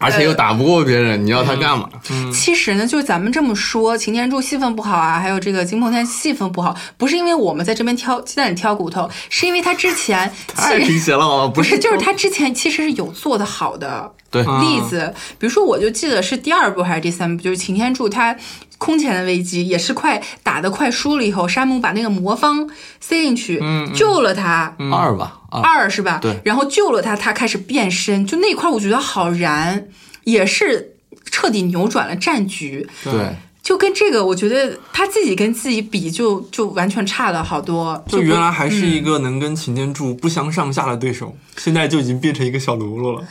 D: 而
B: 呃
D: 且又打不过别人，你要
B: 嗯
D: 他干嘛？
B: 其实呢，就是咱们这么说，擎天柱戏份不好啊，还有这个金梦天戏份不好，不是因为我们在这边挑鸡蛋里挑骨 (laughs) 头，是因为他之前
D: 太
B: 其
D: 哎贫血了，好吧？不
B: 不是，就是他
D: 他。
B: 之前其实是有做的好的
D: 对，
C: 嗯
B: 例子，比如说，我就记得是第二部还是第三部，就是擎天柱他空前的危机，也是快打得快输了以后，沙姆把那个魔方塞进去，
C: 嗯
B: 救了他。
D: 二吧，
C: 啊
B: 嗯
D: 二，
B: 二是吧？
D: 对
B: 然后救了他，他开始变身，就那块儿我觉得好燃，也是彻底扭转了战局。
D: 对，
B: 就跟这个，我觉得他自己跟自己比就，就完全差了好多。
C: 就
B: 不
C: 原来还是一个能跟擎天柱不相上下的对手，现在就已经变成一个小喽啰
D: (laughs)
C: 了，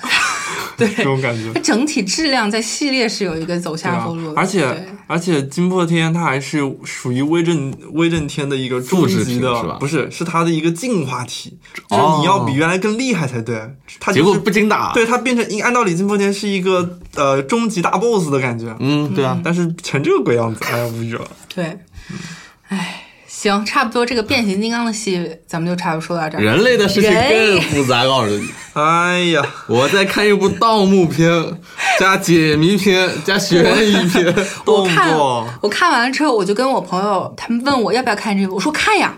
B: 对
C: 这种感觉
B: 它。整体质量在系列是有一个走
C: 对
B: 下
C: 啊
B: 坡路的，
C: 而且
B: 对
C: 而且金破天他还是属于威震威震天的一个终
D: 复制
C: 极
D: 品
C: 的，
D: 是吧
C: 不是是他的一个进化体，就是
D: 哦
C: 你要比原来更厉害才对。他
D: 结
C: 就
D: 果
C: 是
D: 不经打，
C: 对，他变成一按道理金破天是一个呃终极大 boss 的感觉，
D: 嗯，对啊，
C: 但是成这个鬼样子，哎呀无语了。
B: 对，哎，行，差不多这个变形金刚的戏咱们就差不多说到这儿。
D: 人类的事情
B: 人
D: 更复杂，告诉你，
C: 哎
D: (laughs)
C: 呀，
D: 我在看一部盗墓片，加解谜片，加悬疑片，
B: (laughs) 我
C: 动
B: 看
C: 作
B: 我看完了之后，我就跟我朋友他们问我要不要看这个，我说看呀，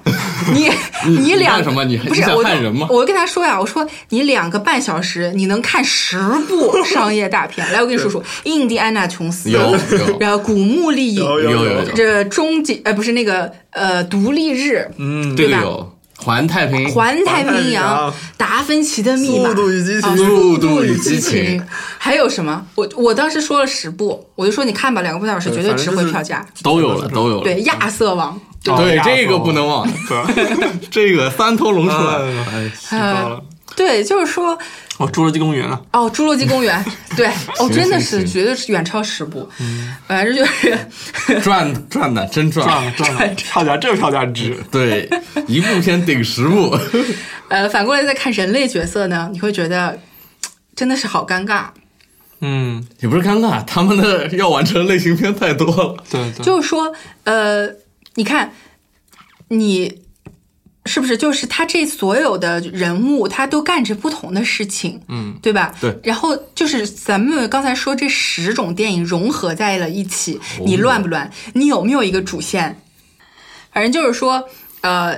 B: 你你
D: (laughs) 你
B: 两
D: 干什么你
B: 不
D: 你
B: 是
D: 想
B: 我就
D: 看人吗
B: 我就跟他说呀，我说你两个半小时你能看十
D: (laughs)
B: 部商业大片，来我跟你说说，《印第安纳琼斯》
D: 有有
B: 然后《古墓丽影》
C: 有
D: 有有有，
B: 这终极呃不是那个呃独立日，
C: 嗯，
D: 对
B: 对吧
D: 有环太平洋，
B: 环太
C: 环太
B: 平
C: 平
B: 洋
C: 洋、
B: 达芬奇的密码、
C: 速度与激情
B: 啊
D: 速度与
B: 激
D: 激情，
B: 还有什么？我我当时说了十部，我就说你看吧，两个半小时绝对
C: 反正
B: 值
C: 就是嗯
B: 回票价。
D: 都有了都有了，
B: 对，亚瑟王，
C: 哦
D: 对
C: 亚
D: 这
C: 瑟
D: 个
C: 王
D: 不能忘，
C: 对，
D: (laughs) 这个三头龙出
C: 哎
D: 来，
C: 呀，知道了，
B: 呃对，就是说
C: (laughs) 我侏罗纪公园了。
B: 哦，《侏罗纪公
C: (laughs)
B: 园》对，哦，
D: 行
B: 真的
D: 行
B: 是
D: 行
B: 绝对是远超十部，
C: 嗯
B: 反正就是 (laughs)
D: 赚赚的真
C: 赚了
D: 赚，
C: 赚了，票价这个票价值。
D: 对，一部片顶十部， (laughs)
B: 呃，反过来再看人类角色呢，你会觉得真的是好尴尬。
C: 嗯，
D: 也不是尴尬，他们的要完成类型片太多了，
C: 对对，
B: 就是说，呃，你看，你是不是就是他这所有的人物，他都干着不同的事情，嗯，对吧？
D: 对
B: 然后就是咱们刚才说这十种电影融合在了一起，你乱不乱？你有没有一个主线？反正就是说，呃，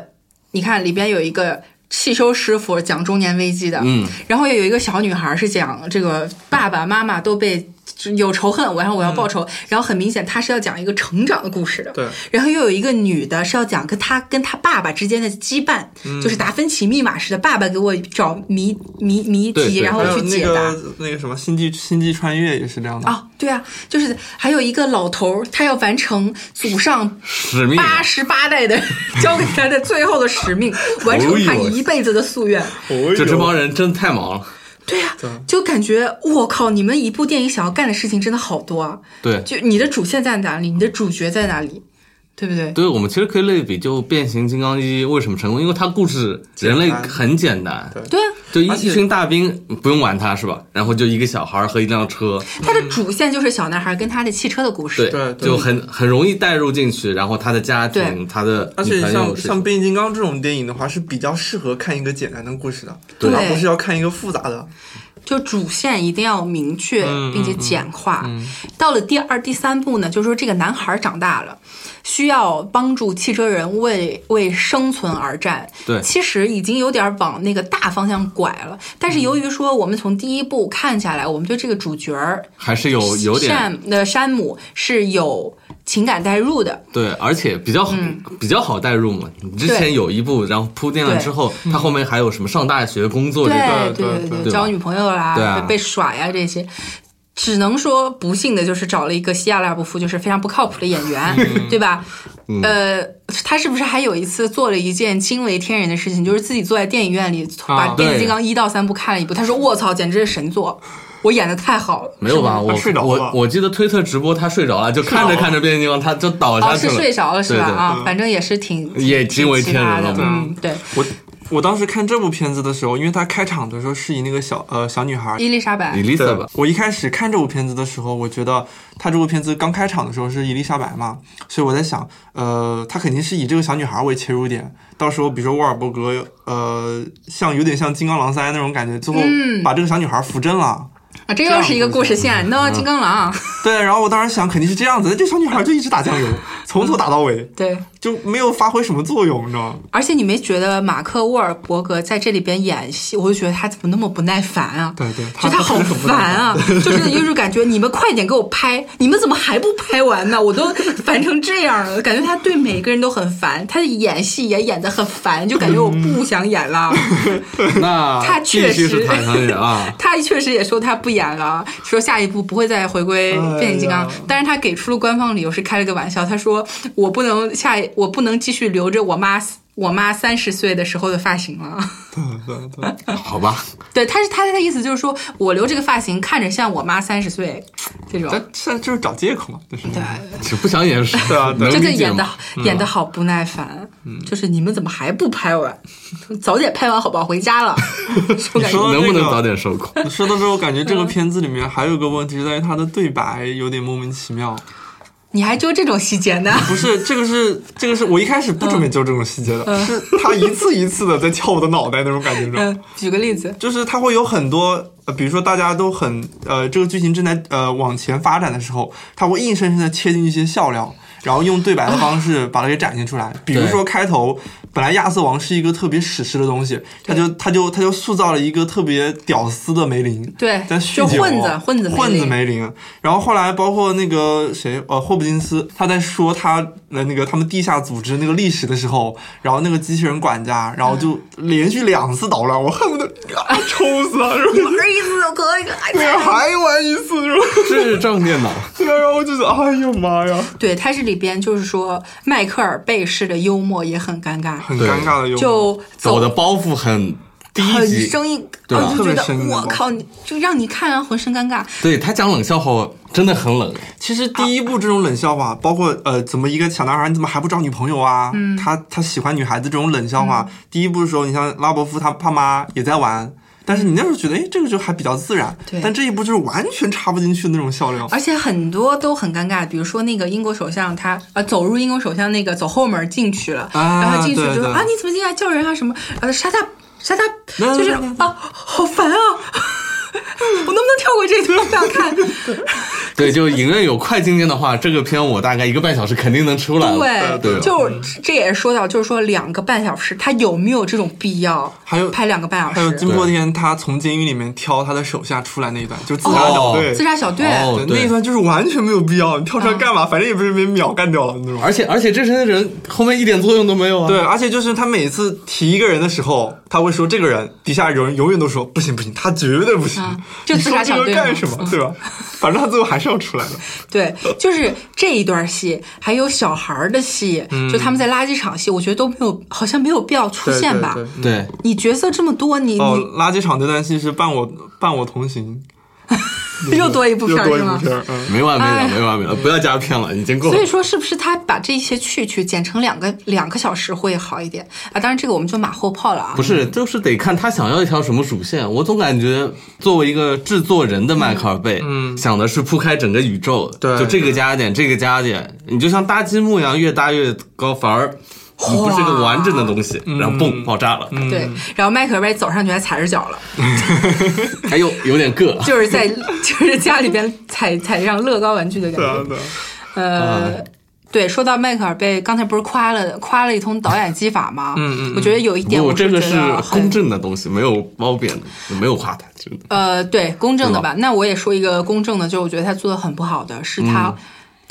B: 你看里边有一个。汽修师傅讲中年危机的，
D: 嗯，
B: 然后也有一个小女孩是讲这个爸爸妈妈都被有仇恨，我然后我要报仇，然后很明显她是要讲一个成长的故事的，
C: 嗯对
B: 然后又有一个女的是要讲跟她跟她爸爸之间的羁绊，
C: 嗯
B: 就是达芬奇密码似的，爸爸给我找谜谜谜
D: 对
B: 题，
D: 对
B: 然后
C: 还有
B: 去
C: 那
B: 解答。
C: 个那个什么《星际星际穿越》也是这样的。
B: 哦，对啊，就是还有一个老头儿，他要完成祖上
D: 使命
B: 八十八代的 (laughs) 交给他的最后的使命，完
D: 哎
B: 成他一辈子的夙愿。
D: 就哦这帮人真的太忙了，
B: 对呀、就感觉我靠，你们一部电影想要干的事情真的好多啊！
D: 对。
B: 就你的主线在哪里，你的主角在哪里，对不对？
D: 对，我们其实可以类比，就《变形金刚一》为什么成功，因为它故事人类很简单，
B: 对啊，
D: 就一
C: 而且
D: 一群大兵不用管他是吧？然后就一个小孩儿和一辆车，
B: 他的主线就是小男孩跟他的汽车的故事。
D: 对，
C: 对对
D: 就很很容易带入进去，然后他的家庭，他的
C: 而
D: 女
C: 且
D: 朋友
C: 像
D: 是
C: 像《变形金刚》这种电影的话，是比较适合看一个简单的故事的，
B: 对
C: 而不是要看一个复杂的。
B: 就主线一定要明确
C: 嗯
B: 并且简化。到了第二、第三部呢，就是说这个男孩长大了，需要帮助汽车人为为生存而战。
D: 对
B: 其实已经有点往那个大方向拐了。但是由于说我们从第一部看下来，我们对这个主角儿
D: 还是有有点
B: 山呃山姆是有情感代入的，
D: 对，而且比较好
B: 嗯
D: 比较好带入嘛。你之前
B: 对
D: 有一部，然后铺垫了
B: 对
D: 之后，他后面还有什么上大学、工作这个，
B: 对
C: 对
B: 对
C: 对
D: 对
B: 交
D: 吧
B: 女朋友啦，
D: 对啊
B: 被被耍呀这些。只能说不幸的就是找了一个希腊不夫，就是非常不靠谱的演员，
D: 嗯
B: 对吧？呃，他是不是还有一次做了一件惊为天人的事情，就是自己坐在电影院里把《
C: 啊
B: 变形
D: 对
B: 金刚》一到三部看了一部，他说：“卧槽，简直是神作，我演的太好了。”
D: 没有吧？
C: 是吗
D: 我
C: 他睡着
D: 我
C: 了
D: 我记得推特直播他睡着了，就看着看着变形金刚他就倒
B: 哦，
D: 下
B: 是
D: 去了，
B: 睡着了是吧？
D: 对对
B: 啊，反正也是挺
D: 也
B: 挺
D: 惊为
B: 奇
D: 天
B: 葩
D: 人
B: 的
D: 了，
B: 嗯，对。
C: 我我当时看这部片子的时候，因为它开场的时候是以那个小呃小女孩
B: 伊丽莎白
D: 伊，丽莎
C: 对
D: 白，
C: 我一开始看这部片子的时候，我觉得他这部片子刚开场的时候是伊丽莎白嘛，所以我在想，呃，他肯定是以这个小女孩为切入点，到时候比如说沃尔伯嗯格，呃，像有点像金刚狼三那种感觉，最后把这个小女孩扶正了。
B: 啊，这又是一个故事线。那
C: 嗯
B: 金刚狼，
C: 对，然后我当时想肯定是这样子，这小女孩就一直打酱油，从头打到尾，
B: (laughs) 对，
C: 就没有发挥什么作用，你知道吗？
B: 而且你没觉得马克沃尔伯格在这里边演戏，我就觉得他怎么那么不耐烦啊？
C: 对对
B: 就好
C: 他他是很不耐
B: 烦
C: (laughs)
B: 啊，就是就是感觉你们快点给我拍，你们怎么还不拍完呢？我都烦成这样了，感觉他对每个人都很烦，他演戏也演得很烦，就感觉我不想演
C: (laughs)
B: 了。
D: 那
B: 他确
D: 必须
B: 实。
D: 是坦诚人啊
B: 他确实也说他不演了，说下一步不会再回归变形金刚
C: 哎呀。
B: 但是他给出了官方理由，是开了个玩笑，他说我不能下一，我不能继续留着我妈我妈三十岁的时候的发型了。 (laughs)
C: 对对对，
D: 好吧，
B: 对，他是他的意思就是说我留这个发型看着像我妈三十岁这种。
C: 但这就是找借口嘛，就是对
D: 只不想掩饰。
C: 对啊对啊
D: 能
B: 真的
D: 理解
B: 演的
D: 吗嗯
B: 演的好不耐烦，就是你们怎么还不拍完？早点拍完好不好？回家
D: (laughs)
B: 了。这种感觉
C: 说到
D: 能不
C: 这
D: 能
C: 个
D: 早点
B: (laughs)
D: 收工？
C: 你说到这，我感觉这个片子里面还有一个问题是在于它的对白有点莫名其妙。
B: 你还揪这种细节呢？ (laughs)
C: 不是，这个是这个是我一开始不准备揪这种细节的，是他一次一次的在跳我的脑袋那种感觉，你知道吗？
B: 嗯，举个例子，
C: 就是它会有很多，呃，比如说大家都很呃，这个剧情正在呃往前发展的时候，它会硬生生的切进一些笑料，然后用对白的方式把它给展现出来。比如说开头，本来亚瑟王是一个特别史诗的东西，他就他就他就塑造了一个特别屌丝的梅林，
B: 对
C: 在酗酒
B: 就混子混子梅林
C: 混子梅林。然后后来包括那个谁呃霍普金斯，他在说他的那个他们地下组织那个历史的时候，然后那个机器人管家，然后就连续两次捣乱，我恨不得啊抽死他，是吧？
B: 这意思就可以了。
C: 对啊，还玩一次是吧？
D: 这是仗电脑，
C: 对啊，然后我就觉得，哎呦妈呀，
B: 对，它这里边就是说迈克尔贝式的幽默也很尴尬，
C: 很尴尬的幽默
B: 就
D: 走
B: (laughs) 走
D: 的包袱很低
B: 很
D: 级。
B: 生硬，
D: 对吧
B: 我就觉
C: 特别生硬
B: 得
C: 的
B: 我
C: 包
B: 靠，你就让你看啊完浑身尴尬。
D: 对他讲冷笑话真的很冷，
C: 其实第一部这种冷笑话，包括呃，怎么一个小男孩你怎么还不找女朋友啊？
B: 嗯
C: 他他喜欢女孩子这种冷笑话，第一部的时候，你像拉伯夫他爸妈也在玩，但是你那时候觉得，哎，这个就还比较自然
B: 对，
C: 但这一部就是完全插不进去的那种笑料。
B: 而且很多都很尴尬，比如说那个英国首相他，呃走入英国首相那个走后门进去了，
C: 啊
B: 然后他进去
C: 对
B: 就说
C: 对
B: 啊你怎么进来叫人啊什么，然后他 shut up shut up，
C: 那
B: 就是
C: 那
B: 啊好烦啊， (laughs) 我能不能跳过这一段 (laughs) 我不想看？
D: 对，就影院有快进店的话，这个片我大概一个半小时肯定能出来
C: 啊
D: 了。
B: 对，
D: 对，
B: 就这也说到，就是说两个半小时，他有没有这种必要？
C: 还有
B: 拍两个半小时，
C: 还有金破天他从监狱里面挑他的手下出来那一段，就自杀小队。
D: 哦
B: 自杀嗯小队，
D: 哦
C: 对
D: 对
C: 那一段就是完全没有必要，你跳出来干嘛？反正也不是被秒干掉了那种。
D: 而且而且这些人后面一点作用都没有啊。
C: 对，而且就是他每次提一个人的时候，他会说这个人，底下人永远都说不行不行，他绝对不
B: 啊
C: 行。你
B: 就自杀
C: 说这
B: 小
C: 个
B: 队
C: 干
B: 嘛嗯
C: 什么，对吧？反正他最后还是要出来的。
B: 对，就是这一段戏，还有小孩儿的戏，
C: 嗯
B: 就他们在垃圾场戏，我觉得都没有，好像没有必要出现吧。
C: 对对对
D: 对，
B: 你角色这么多，你、
C: 哦，垃圾场这段戏是伴我伴我同行，
B: 你又多一部
C: 又
B: 片儿
C: 多一
B: 是
C: 部
B: 吗？
C: 片儿，哦嗯，
D: 没完没
B: 哎
D: 了，没完没了，不要加片了，已经够了
B: 所以。说，是不是他把这些去去剪成两个两个小时会好一点啊？当然，这个我们就马后炮了啊。
D: 不是，就是得看他想要一条什么主线。我总感觉，作为一个制作人的迈克尔贝，嗯，想的是铺开整个宇宙的，
C: 对
D: 就这个加一点，这个加一点，你就像搭积木一样，越搭越高，反而你不是个完整的东西，
C: 嗯
D: 然后嘣爆炸了，
B: 对，然后迈克尔贝走上去还踩着脚了，
D: 还有有点硌，
B: (laughs) 就是在就是家里边踩踩上乐高玩具的感
C: 对
B: 觉
C: 啊。对啊。
D: 啊
B: 呃，对，说到迈克尔贝，刚才不是夸了夸了一通导演技法吗？嗯嗯，我觉得有一点
D: 不，
B: 我
D: 哦这
B: 是
D: 个
B: 觉
D: 是
B: 得
D: 公
B: 很。
D: 正的东西，没有褒贬的，没有夸他，真的。
B: 呃，对，公正的吧。那我也说一个公正的，就是我觉得他做的很不好的是他，
D: 嗯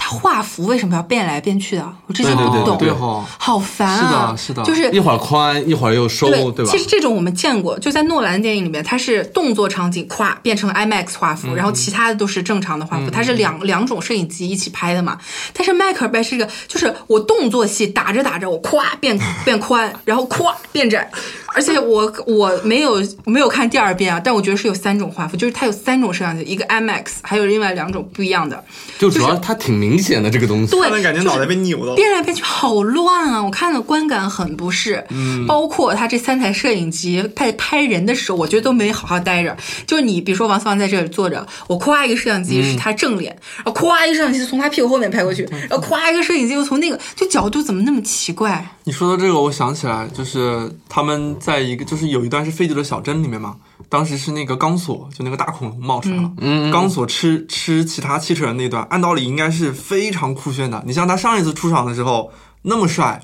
B: 他画幅为什么要变来变去的？我之前
D: 对
B: 不
D: 对对
B: 懂，
D: 对
C: 吼
B: 好烦啊！
C: 是的是的
B: 就是
D: 一会儿宽，一会儿又收，对吧
B: 其？实这种我们见过，就在诺兰电影里面，它是动作场景咵变成 IMAX 画幅，
D: 嗯
B: 然后其他的都是正常的画幅，它是两两种摄影机一起拍的嘛。但是迈克尔贝是一个，就是我动作戏打着打着，我咵变变宽，然后咵变窄，而且我我没有没有看第二遍啊，但我觉得是有三种画幅，就是它有三种摄像机，一个 IMAX，还有另外两种不一样的。
D: 就主要他挺明明显的这个东西。
B: 对，
C: 看了感觉
B: 就是
C: 脑袋被扭到。
B: 变来变去好乱啊！我看了观感很不适，嗯，包括他这三台摄影机在拍人的时候，我觉得都没好好待着。就是你比如说王思旺在这里坐着，我夸一个摄像机
C: 嗯
B: 是他正脸，然后夸一个摄像机从他屁股后面拍过去，然后夸一个摄影机又从那个，就角度怎么那么奇怪？
C: 你说到这个，我想起来，就是他们在一个，就是有一段是废旧的小镇里面嘛，当时是那个钢索，就那个大恐龙冒出来了，嗯，钢索吃吃其他汽车人那段，按道理应该是非常酷炫的。你像他上一次出场的时候那么帅，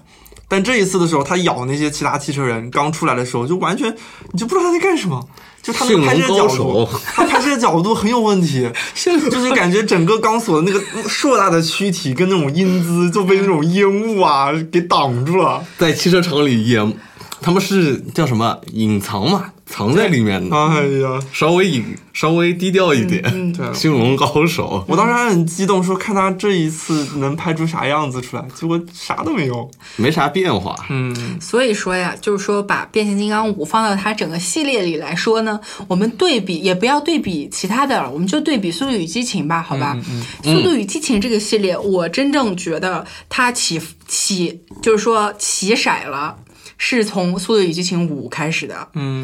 C: 但这一次的时候他咬那些其他汽车人，刚出来的时候就完全你就不知道他在干什么。就他那个拍摄角
D: 驯
C: 度
D: 龙高手，
C: 他拍摄角度很有问
D: (laughs)
C: 题，就是感觉整个钢索的那个硕大的躯体跟那种英姿就被那种烟雾啊给挡住了。
D: 在汽车厂里也，他们是叫什么隐藏嘛，藏在里面的，
C: 哎呀，
D: 稍微隐稍微低调一
B: 嗯
D: 点。
C: 对啊
D: 驯龙高手，
C: 我当时还很激动，说看他这一次能拍出啥样子出来，结果啥都没有。
D: 没啥变化。
C: 嗯，
B: 所以说呀，就是说把变形金刚五放到它整个系列里来说呢，我们对比也不要对比其他的了，我们就对比《速度与激情》吧，好吧？速度与激情》这个系列，我真正觉得它起起就是说起色了，是从《速度与激情五》开始的。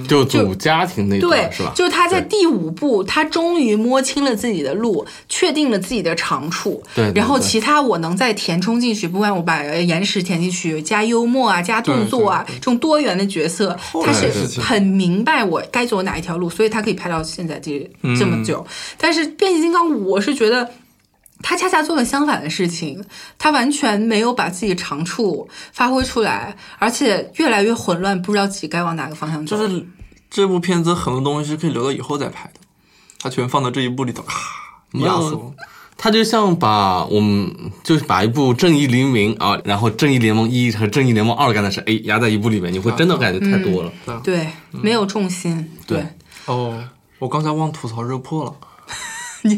D: 就组家庭那
B: 对
D: 段，是吧？
B: 就是他在
D: 对
B: 第五部，他终于摸清了自己的路，确定了自己的长处。
D: 对对
B: 然后
D: 对
B: 其他我能再填充进去，不管我把呃延迟填进去，加幽默啊，加动作啊，这种多元的角色，他
C: 来
B: 是
C: 的事情
B: 很明白我该走哪一条路，所以他可以拍到现在这
D: 嗯
B: 这么久。但是变形金刚五，我是觉得。他恰恰做了相反的事情，他完全没有把自己长处发挥出来，而且越来越混乱，不知道自己该往哪个方向走。
C: 就是这部片子很多东西是可以留到以后再拍的，他全放到这一部里头，咔
D: 没有
C: 压缩。
D: 他就像把我们就是把一部《正义黎明》啊，然后《正义联盟一》和《正义联盟二》干的事，哎，压在一部里面，你会真的感觉太多了。
B: 对，没有重心。
D: 嗯对，
C: 哦，我刚才忘吐槽热破了。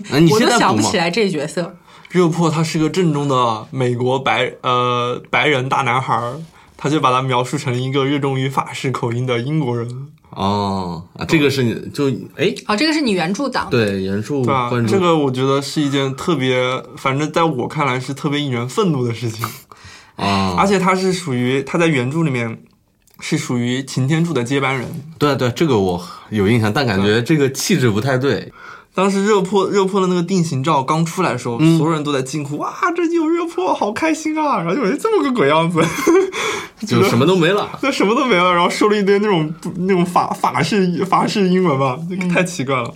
D: 那你
B: 我
D: 现
B: 都
D: 在
B: 想
D: 补
B: 不
D: 吗
B: 起？来这角色。
C: 热破他是个正宗的美国白呃白人大男孩儿，他就把他描述成一个热衷于法式口音的英国人。
D: 哦，啊，这个是你就哎，
B: 哦，这个是你原著党。
D: 对，原著
C: 对啊
D: 关，注
C: 这个我觉得是一件特别，反正在我看来是特别引人愤怒的事情。
D: 啊，
C: 而且他是属于他在原著里面是属于擎天柱的接班人。
D: 对对，这个我有印象，但感觉这个气质不
B: (laughs)
D: 太对。
C: 当时热破热破的那个定型照刚出来的时候，
D: 嗯
C: 所有人都在惊呼：“哇，这就有热破，好开心啊！”然后就感觉这么个鬼样子，
D: 就什么都没了。
C: 那什么都没了，然后说了一堆那种那种法法式法式英文吧，那个太奇怪了。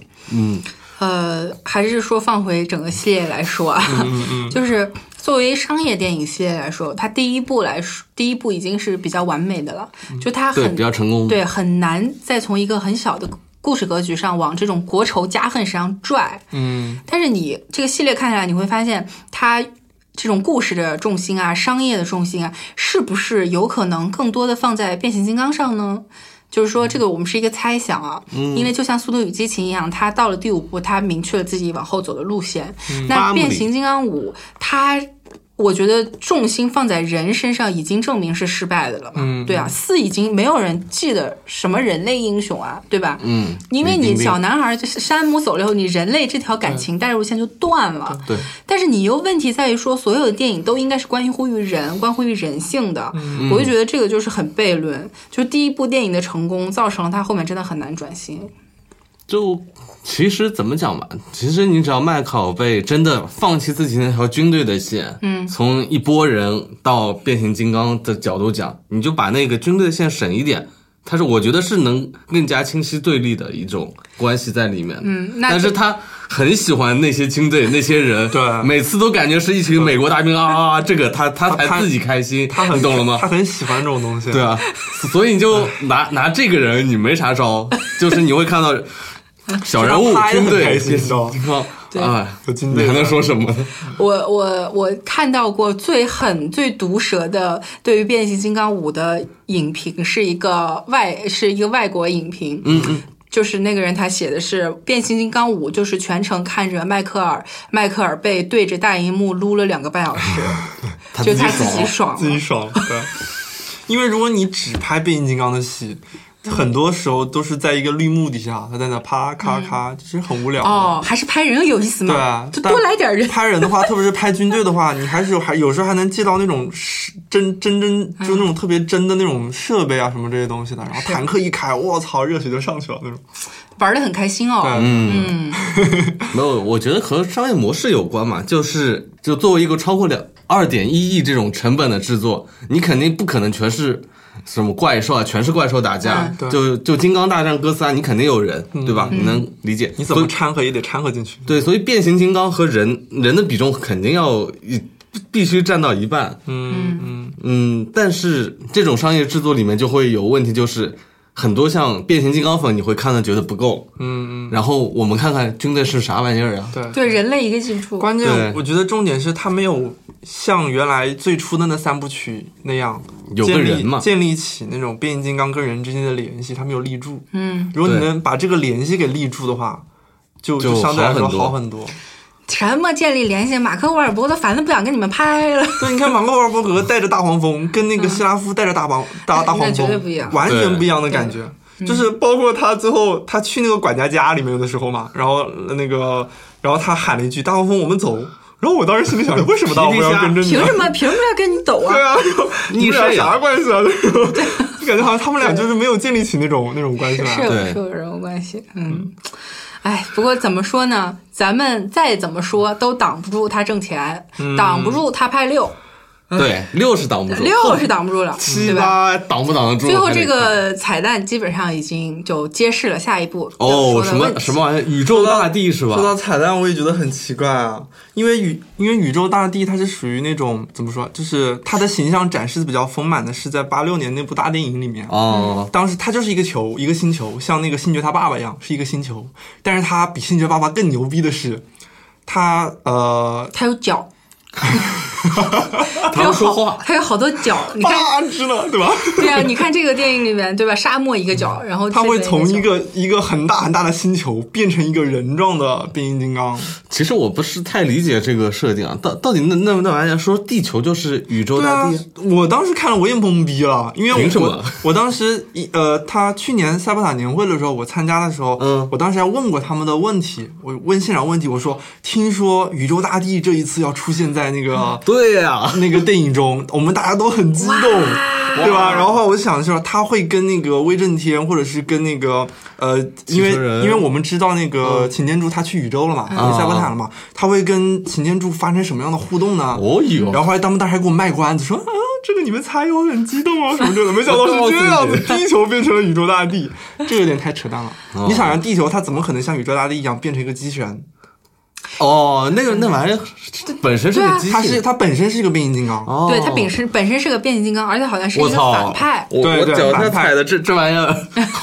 B: 呃，还是说放回整个系列来说啊，
D: 嗯
B: 就是作为商业电影系列来说，它第一部来说，第一部已经是比较完美的了，就它
D: 嗯对
B: (laughs) 很
D: 比较成功
B: 对，很难再从一个很小的。故事格局上往这种国仇家恨上拽，
C: 嗯，
B: 但是你这个系列看下来，你会发现它这种故事的重心啊、商业的重心啊，是不是有可能更多的放在变形金刚上呢？就是说，这个我们是一个猜想啊，
D: 嗯
B: 因为就像《速度与激情》一样，它到了第五部，它明确了自己往后走的路线。那
D: 巴
B: 《
D: 姆
B: 变
D: 嗯里
B: 形金刚五》，它我觉得重心放在人身上，已经证明是失败的了嘛。
D: 嗯
B: 对啊，四已经没有人记得什么人类英雄啊，对吧？
D: 嗯，
B: 因为
D: 李
B: 你
D: 冰冰
B: 小男孩就是山姆走了以后，你人类这条感情代入线就断了。
D: 对，
B: 但是你又问题在于说，所有的电影都应该是关乎于人、关乎于人性的。我就觉得这个就是很悖论，就是第一部电影的成功造成了他后面真的很难转型。
D: 就其实怎么讲吧，其实你只要麦考贝真的放弃自己那条军队的线，嗯，从一波人到变形金刚的角度讲，你就把那个军队线省一点。它是我觉得是能更加清晰对立的一种关系在里面，
B: 嗯那
D: 但是他很喜欢那些军队那些人，
C: 对
D: 每次都感觉是一群美国大兵啊啊，啊这个他他
C: 他他
D: 才自己开心，
C: 他很
D: 你懂了吗？
C: 他很喜欢这种 (laughs) 东西。
D: 对，啊， (laughs) 所以你就拿 (laughs) 拿这个人，你没啥招，就是你会看到小人物
C: (laughs) 就他拍得
D: 军
C: 很开
D: 队
C: 心你知道吗
D: 情况啊，
C: 有军队
D: 你还
C: 的
D: 能说什么呢？
B: 我我我看到过最狠、最毒舌的对于《变形金刚五》的影评，是一个外是一个外国影评，嗯嗯。就是那个人，他写的是《变形金刚五》，就是全程看着迈克尔迈克尔被对着大荧幕撸了两个半小时，
D: 他
B: 就
D: 自
B: 是他
D: 己
B: 自己
D: 爽，
B: 爽
C: 自己
B: 了。
C: 爽。对，因为如果你只拍变形金刚的戏，很多时候都是在一个绿幕底下，他在那啪咔咔，其实很无聊的。
B: 哦，还是拍人有意思嘛？
C: 对啊，
B: 就
C: 但
B: 多来点人。
C: 拍人的话，特别是拍军队的话，你还是有还有时候还能借到那种是真真真就那种特别真的那种设备啊什么这些东西的。然后坦克一开，我操，热血就上去了那种。
B: 玩的很开心
C: 对，
B: 哦。
D: 嗯， (laughs) 没有，我觉得和商业模式有关嘛，就是就作为一个超过两二点一亿这种成本的制作，你肯定不可能全是什么怪兽啊，全是怪兽打架，
C: 嗯对嗯
D: 就就金刚大战哥斯拉，你肯定有人，对吧？你能理解？
C: 你怎么
D: 所以
C: 掺和也得掺和进去。
D: 对，所以变形金刚和人人的比重肯定要一必须占到一半。
C: 嗯嗯，
D: 嗯，但是这种商业制作里面就会有问题，就是很多像变形金刚粉，你会看的觉得不够。
C: 嗯
D: 然后我们看看军队是啥玩意儿啊？
C: 对对。
B: 对人类一个近处，
C: 关
D: 对
C: 键我觉得重点是他没有像原来最初的那三部曲那样
D: 有个
C: 建立
D: 人嘛
C: 建立起那种变形金刚跟人之间的联系，他没有立住。
B: 嗯，
C: 如果你
D: 对
C: 能把这个联系给立住的话，就
D: 就
C: 相对来说
D: 好很多
C: 好很多。
B: 什么建立联系？马克·沃尔伯都烦的不想跟你们拍了。
C: 对，你看马克沃尔伯格带着大黄蜂，跟那个希拉夫带着大黄大大黄
B: 嗯哎那绝对不一
C: 蜂，
B: 样
C: 完全不一样的感觉。嗯就是包括他最后他去那个管家家里面的时候嘛，然后那个然后他喊了一句“大黄蜂，我们走”，然后我当时心里想，为什么大黄蜂要跟着你
B: 凭
C: 啊呢？
B: 什么？凭什么要跟你抖
C: 对
B: 啊？
C: 啊，你们俩
D: 逆势呀
C: 啥关系啊？那种就感觉好像他们俩就是没有建立起那种那种关系来
B: 是。有
D: 对
B: 是有人物关系，嗯。哎，不过怎么说呢？咱们再怎么说都挡不住他挣钱，
D: 嗯
B: 挡不住他拍六，
D: 对，六是挡不住，
B: 六是挡不住了，
D: 七
B: 对吧？
D: 八挡不挡得住？
B: 最后
D: 还得
B: 这
D: 看
B: 个彩蛋基本上已经就揭示了下一步要
D: 哦，
B: 说
D: 什
B: 的问
D: 么
B: 题
D: 什么玩意儿？宇宙大地是吧
C: 说？到彩蛋，我也觉得很奇怪啊，因为宇因为宇宙大帝它是属于那种怎么说，就是它的形象展示的比较丰满的是在八六年那部大电影里面。
B: 嗯
D: 哦，
C: 当时它就是一个球，一个星球，像那个星爵他爸爸一样，是一个星球。但是它比星爵爸爸更牛逼的是，它呃， (laughs)
B: 它有脚，它
D: 他
B: 有
D: 会说
B: 好，
D: 话，
B: 它有好多
D: (laughs)
B: 脚。你看，
C: 八只了，对吧？
B: 对啊，你看这个电影里面，对吧？沙漠一个脚，然后
C: 它会从
B: 这
C: 一
B: 边个
C: 个一个很大很大的星球变成一个人状的变形金刚。
D: 其实我不是太理解这个设定啊，到到底那那那玩意儿说地球就是宇宙
C: 对
D: 大
C: 啊
D: 地，，
C: 我当时看了我也懵逼了，因为我
D: 凭什么
C: 我我当时一呃，他去年塞班塔年会的时候，我参加的时候，
D: 嗯
C: 我当时还问过他们的问题，我问现场问题，我说听说宇宙大帝这一次要出现在那
D: (laughs)
C: 个、
D: 对呀，
C: (laughs) 那个电影中，我们大家都很激动。对吧？然后我就想说，他会跟那个威震天，或者是跟那个呃，因为
D: 汽车人嗯
C: 因为我们知道那个擎天柱他去宇宙了嘛，回塞班塔了嘛，他会跟擎天柱发生什么样的互动呢？然
D: 哦
C: 后
D: 哟，
C: 后来他们当时还给我卖关子，说啊，这个你们猜，我很激动啊什么之类的。没想到是这样
D: 我告诉
C: 子，
D: 你
C: 地球变成了宇宙大帝，这有点太扯淡了。
D: 哦
C: 你想想，地球它怎么可能像宇宙大帝一样变成一个机器人？
D: 哦，那个那玩意儿本身是
B: 对
D: 个
B: 啊
D: 机器，
C: 它是它本身是一个变形金刚，
D: 哦，
B: 对，它本身本身是个变形金刚，而且好像是一
D: 我
B: 个
D: 操，
B: 反派。
D: 我
C: 对
D: 我
C: 对
D: 脚下
C: 反派
D: 踩的这这玩
B: (laughs)
D: 意儿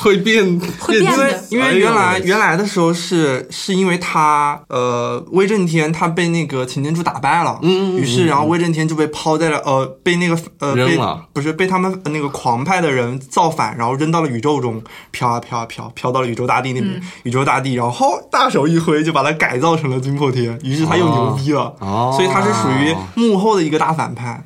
D: 会变
B: 会变
D: 机
C: 因为
B: 的
C: 因
D: 哎
C: 为
D: 呦
C: 原
D: 我
C: 来
D: 的
C: 原来的时候是是因为他呃威震天他被那个擎天柱打败了，
D: 嗯嗯嗯
C: 于是然后威震天就被抛在了呃被那个呃
D: 扔
C: 被
D: 了
C: 不是被他们呃那个狂派的人造反，然后扔到了宇宙中，飘啊飘啊飘，飘到了宇宙大地那边，
B: 嗯
C: 宇宙大地然后大手一挥就把它改造成了金破天，于是他又牛逼了，
D: 哦
C: 所以他是属于幕后的一个大反派。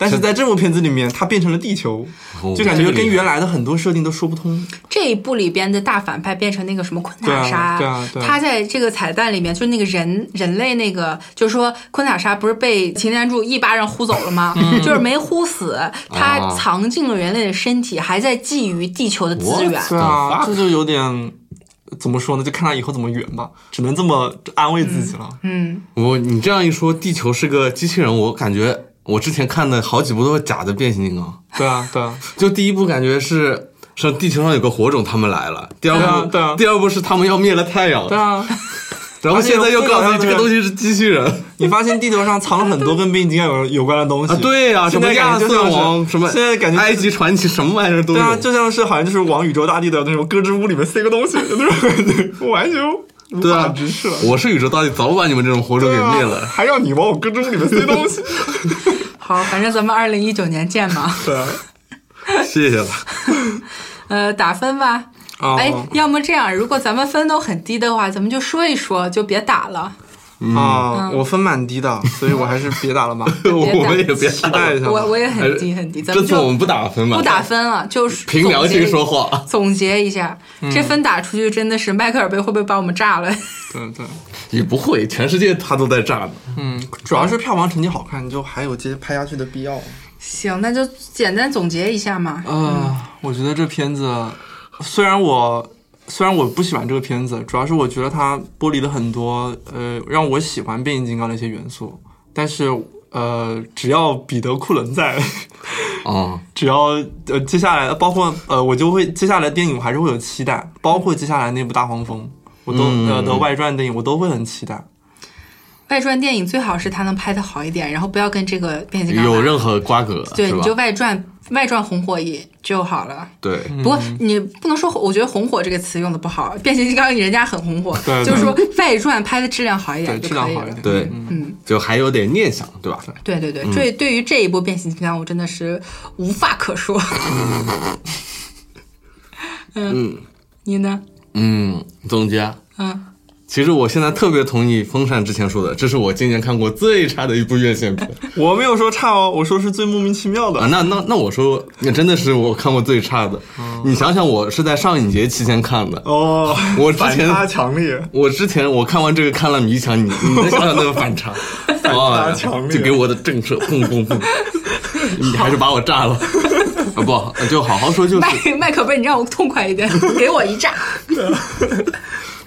C: 但是在这部片子里面，他变成了地球
D: 哦，
C: 就感觉
D: 这个厉
C: 跟
D: 害
C: 原来的很多设定都说不通。
B: 这一部里边的大反派变成那个什么昆塔莎，
C: 对啊对啊对啊
B: 他在这个彩蛋里面就是那个人人类那个，就是说昆塔莎不是被擎天柱一巴掌呼走了吗？ (laughs) 就是没呼死，他
D: 啊
B: 藏进了人类的身体，还在觊觎地球的资源。
D: What？
C: 对啊，
D: Fuck
C: 这就有点怎么说呢？就看他以后怎么圆吧，只能这么安慰自己了。
B: 嗯，
D: 我你这样一说，地球是个机器人，我感觉我之前看的好几部都是假的变形金刚。
C: 对啊，对
D: (laughs)
C: 啊，
D: 就第一部感觉是上地球上有个火种，他们来了；第二部，
C: 对啊对啊
D: 第二部是他们要灭了太阳，
C: 对啊！
D: 然后现在又告诉你
C: 而且有各
D: 这个
C: 种
D: 东西是机器人
C: 你发现地球上藏了很多跟变形金刚有有关的东西
D: 啊！对呀、什
C: 现
D: 么
C: 在
D: 亚
C: 感觉就
D: 瑟
C: 像是
D: 王，什么
C: 现在感觉
D: 埃及传奇，什么玩意儿都
C: 对啊，
D: 有。
C: 就像是好像就是往宇宙大帝的那种胳肢窝里面塞个东西那种感觉，我完全无
D: 对
C: 法
D: 啊
C: 直视了。，
D: (laughs) 我是宇宙大帝，早把你们这种火种给
C: 对啊
D: 灭了。
C: 还让你往我胳肢窝里面塞东
D: (laughs)
C: 西？
B: 好，反正咱们二零一九年见嘛。
C: 对啊，
D: 谢谢
B: (laughs)
D: 了。
B: 呃，打分吧。
C: 哦
B: 哎，要么这样，如果咱们分都很低的话，咱们就说一说，就别打了。
D: 嗯
C: 啊，我分蛮低的，所以我还是别打了
D: (laughs)
C: 吧。
D: 我们也别哎
C: 期待一下吧。
B: 我我也很低很低，咱
D: 这
B: 们
D: 次我
B: 就
D: 们不打分吧？
B: 不打，分了，就是
D: 凭良
B: 总
D: 心
B: 结
D: 说 (laughs) 话。
B: 总结一下，这分打出去真的是迈克尔贝会不会把我们炸了？ (laughs)
C: 对对，
D: 也不会，全世界他都在炸呢。
C: 嗯，主要是票房成绩好看，就还有接拍下去的必要。
B: 行，那就简单总结一下嘛。
C: 啊，我觉得这片子，虽然我虽然我不喜欢这个片子，主要是我觉得它剥离了很多呃让我喜欢变形金刚的一些元素，但是呃，只要彼得库伦在， (laughs)
D: 啊、
C: 只要呃接下来包括呃我就会接下来电影我还是会有期待，包括接下来那部大黄蜂，我都、
D: 嗯
C: 呃的外传电影我都会很期待。
B: 外传电影最好是他能拍的好一点，然后不要跟这个变形金刚
D: 啊有
B: 打
D: 任何瓜葛
B: 对，
D: 是
B: 你
D: 吧
B: 就？外传外传红火也就好了。
D: 对，
B: 不过你不能说，我觉得“红火”这个词用的不好。变形金刚人家很红火，
C: 对对
B: 就是说外传拍的质量好一
C: 对，
B: 点就可
C: 质量
B: 以
C: 好一
B: 了
C: 点。。
D: 对，
B: 嗯
D: 就还有点念想，对吧？
B: 对对对，对、对于这一波变形金刚，我真的是无话可说。嗯，你呢？
D: 嗯，总结，
B: 嗯，
D: 其实我现在特别同意风扇之前说的，这是我今年看过最差的一部院线片
C: 我没有说差哦，我说是最莫名其妙的。
D: 啊。那那那我说，那真的是我看过最差的。
B: 哦
D: 你想想，我是在上影节期间看的，
C: 哦，
D: 啊我之前
C: 反差强烈。
D: 我之前我看完这个看了《迷墙》，你你能想想那个
C: (laughs)
D: 反差，反
C: 差强烈
D: 就给我的震慑，砰砰
C: (laughs)
D: 砰，你还是把我炸了。啊不，就好好说，就是
B: (laughs) 麦麦克贝，你让我痛快一点，给我一炸。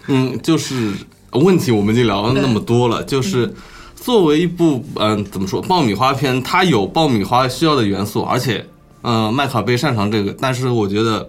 D: 嗯，就是问题我们已经聊了那么
C: 嗯
D: 多了，就是作为一部嗯、怎么说爆米花片，它有爆米花需要的元素，而且嗯、呃麦考贝擅长这个，但是我觉得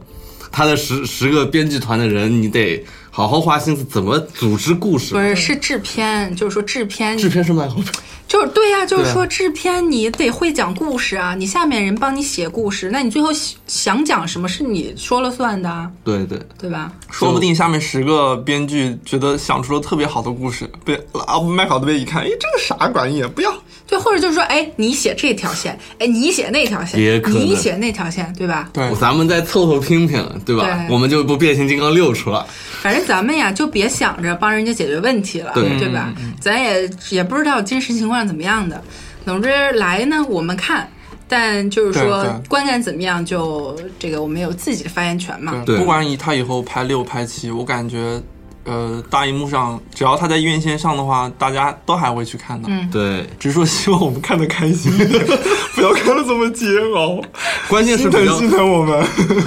D: 他的十十个编剧团的人，你得好好花心思怎么组织故事
B: 不。是，是制片，就是说制片，
D: 制片是麦考贝，
B: 就是对呀、就
D: 对
B: 是
D: 啊
B: 说制片你得会讲故事啊，你下面人帮你写故事，那你最后想想讲什么是你说了算的啊，
D: 对对，
B: 对吧？
C: 说不定下面十个编剧觉得想出了特别好的故事，被啊麦考德贝一看，哎，这个啥玩意儿，不要。
B: 对，或者就是说，哎，你写这条线，哎，你写那条线
D: 也，可能
B: 你写那条线，对吧？
C: 对
D: 咱们再凑合拼拼，对吧？
B: 对
D: 我们就不变形金刚六出来，
B: 反正咱们呀，就别想着帮人家解决问题了，
D: 对嗯
B: 吧？咱也也不知道真实情况怎么样的。总之来呢，我们看，但就是
C: 对
B: 说
C: 对
B: 观感怎么样，就这个我们有自己的发言权嘛。
D: 对
C: 不管以他以后拍六拍七，我感觉，呃，大荧幕上只要他在院线上的话，大家都还会去看的。嗯，
D: 对，
C: 只是说希望我们看得开
B: (laughs)
C: 心一点，不要看得这么煎熬，
D: 关键是
C: 心
D: 比
C: 疼
D: 较
C: 心疼我们。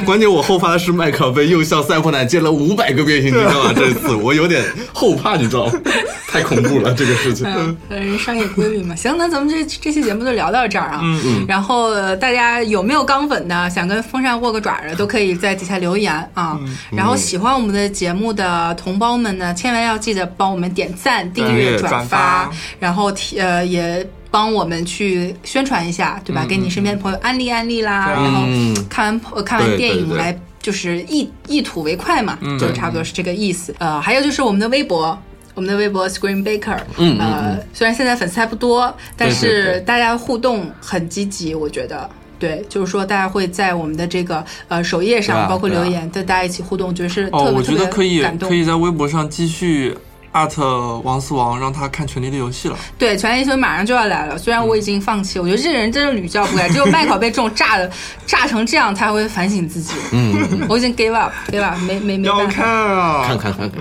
D: 关键我后发的是麦考贝又向塞普奶借了五百个变形金刚啊！这次我有点后怕，你知道吗？太恐怖了这个事情。
B: 嗯，商业规律嘛。行，那咱们这这期节目就聊到这儿啊。嗯嗯。然后、呃大家有没有钢粉的，想跟风扇握个爪的，都可以在底下留言啊。
D: 嗯
B: 然后喜欢我们的节目的同胞们呢，千万要记得帮我们点赞、订
D: 订阅
B: 阅、转
C: 转发
B: 然后提呃也。帮我们去宣传一下，对吧？给你身边的朋友安利安利啦，然后
D: 嗯
B: 看完、呃看完
D: 对
B: 电
D: 对
B: 影
D: 对
B: 来就是一一吐为快嘛，
D: 嗯
B: 就差不多是这个意思。呃，还有就是我们的微博。我们的微博 Screen Baker，
D: 嗯嗯
B: 呃，虽然现在粉丝还不多，但
D: 对对
B: 是
D: 对
B: 大家互动很积极，我觉得，对，就是说大家会在我们的这个呃首页
D: 对
B: 上，
D: 啊
B: 包括
D: 对啊
B: 留言，跟大家一起互动，就是特
C: 哦，
B: 别
C: 我
B: 特
C: 觉得可
B: 别
C: 以
B: 感动
C: 可。以在微博上继续艾特王思王，让他看《权力的游戏》了。
B: 对，权力新闻马上就要来了，虽
D: 嗯
B: 然我已经放弃，我觉得这人真是屡教不改，只有麦考被这种炸的炸成这样才会反省自己。嗯，我已经 give up，give up，没没没
C: 要
B: 办法
C: 看。啊，
D: 看看看看，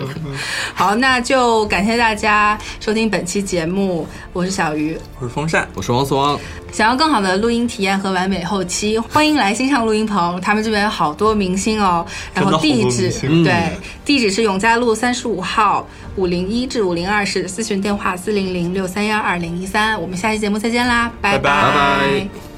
B: 好，那就感谢大家收听本期节目，我是小鱼。
C: 我是风扇。
D: 我是王思汪，
B: 想要更好的录音体验和完美后期，欢迎来新上录音棚，他们这边有好多明星哦。然后地址
C: 真的好多明星嗯
B: 对，地址是永嘉路三十五号五零一至五零二室，咨询电话四零零六三幺二零一三。我们下期节目再见啦，
C: 拜拜
D: 拜拜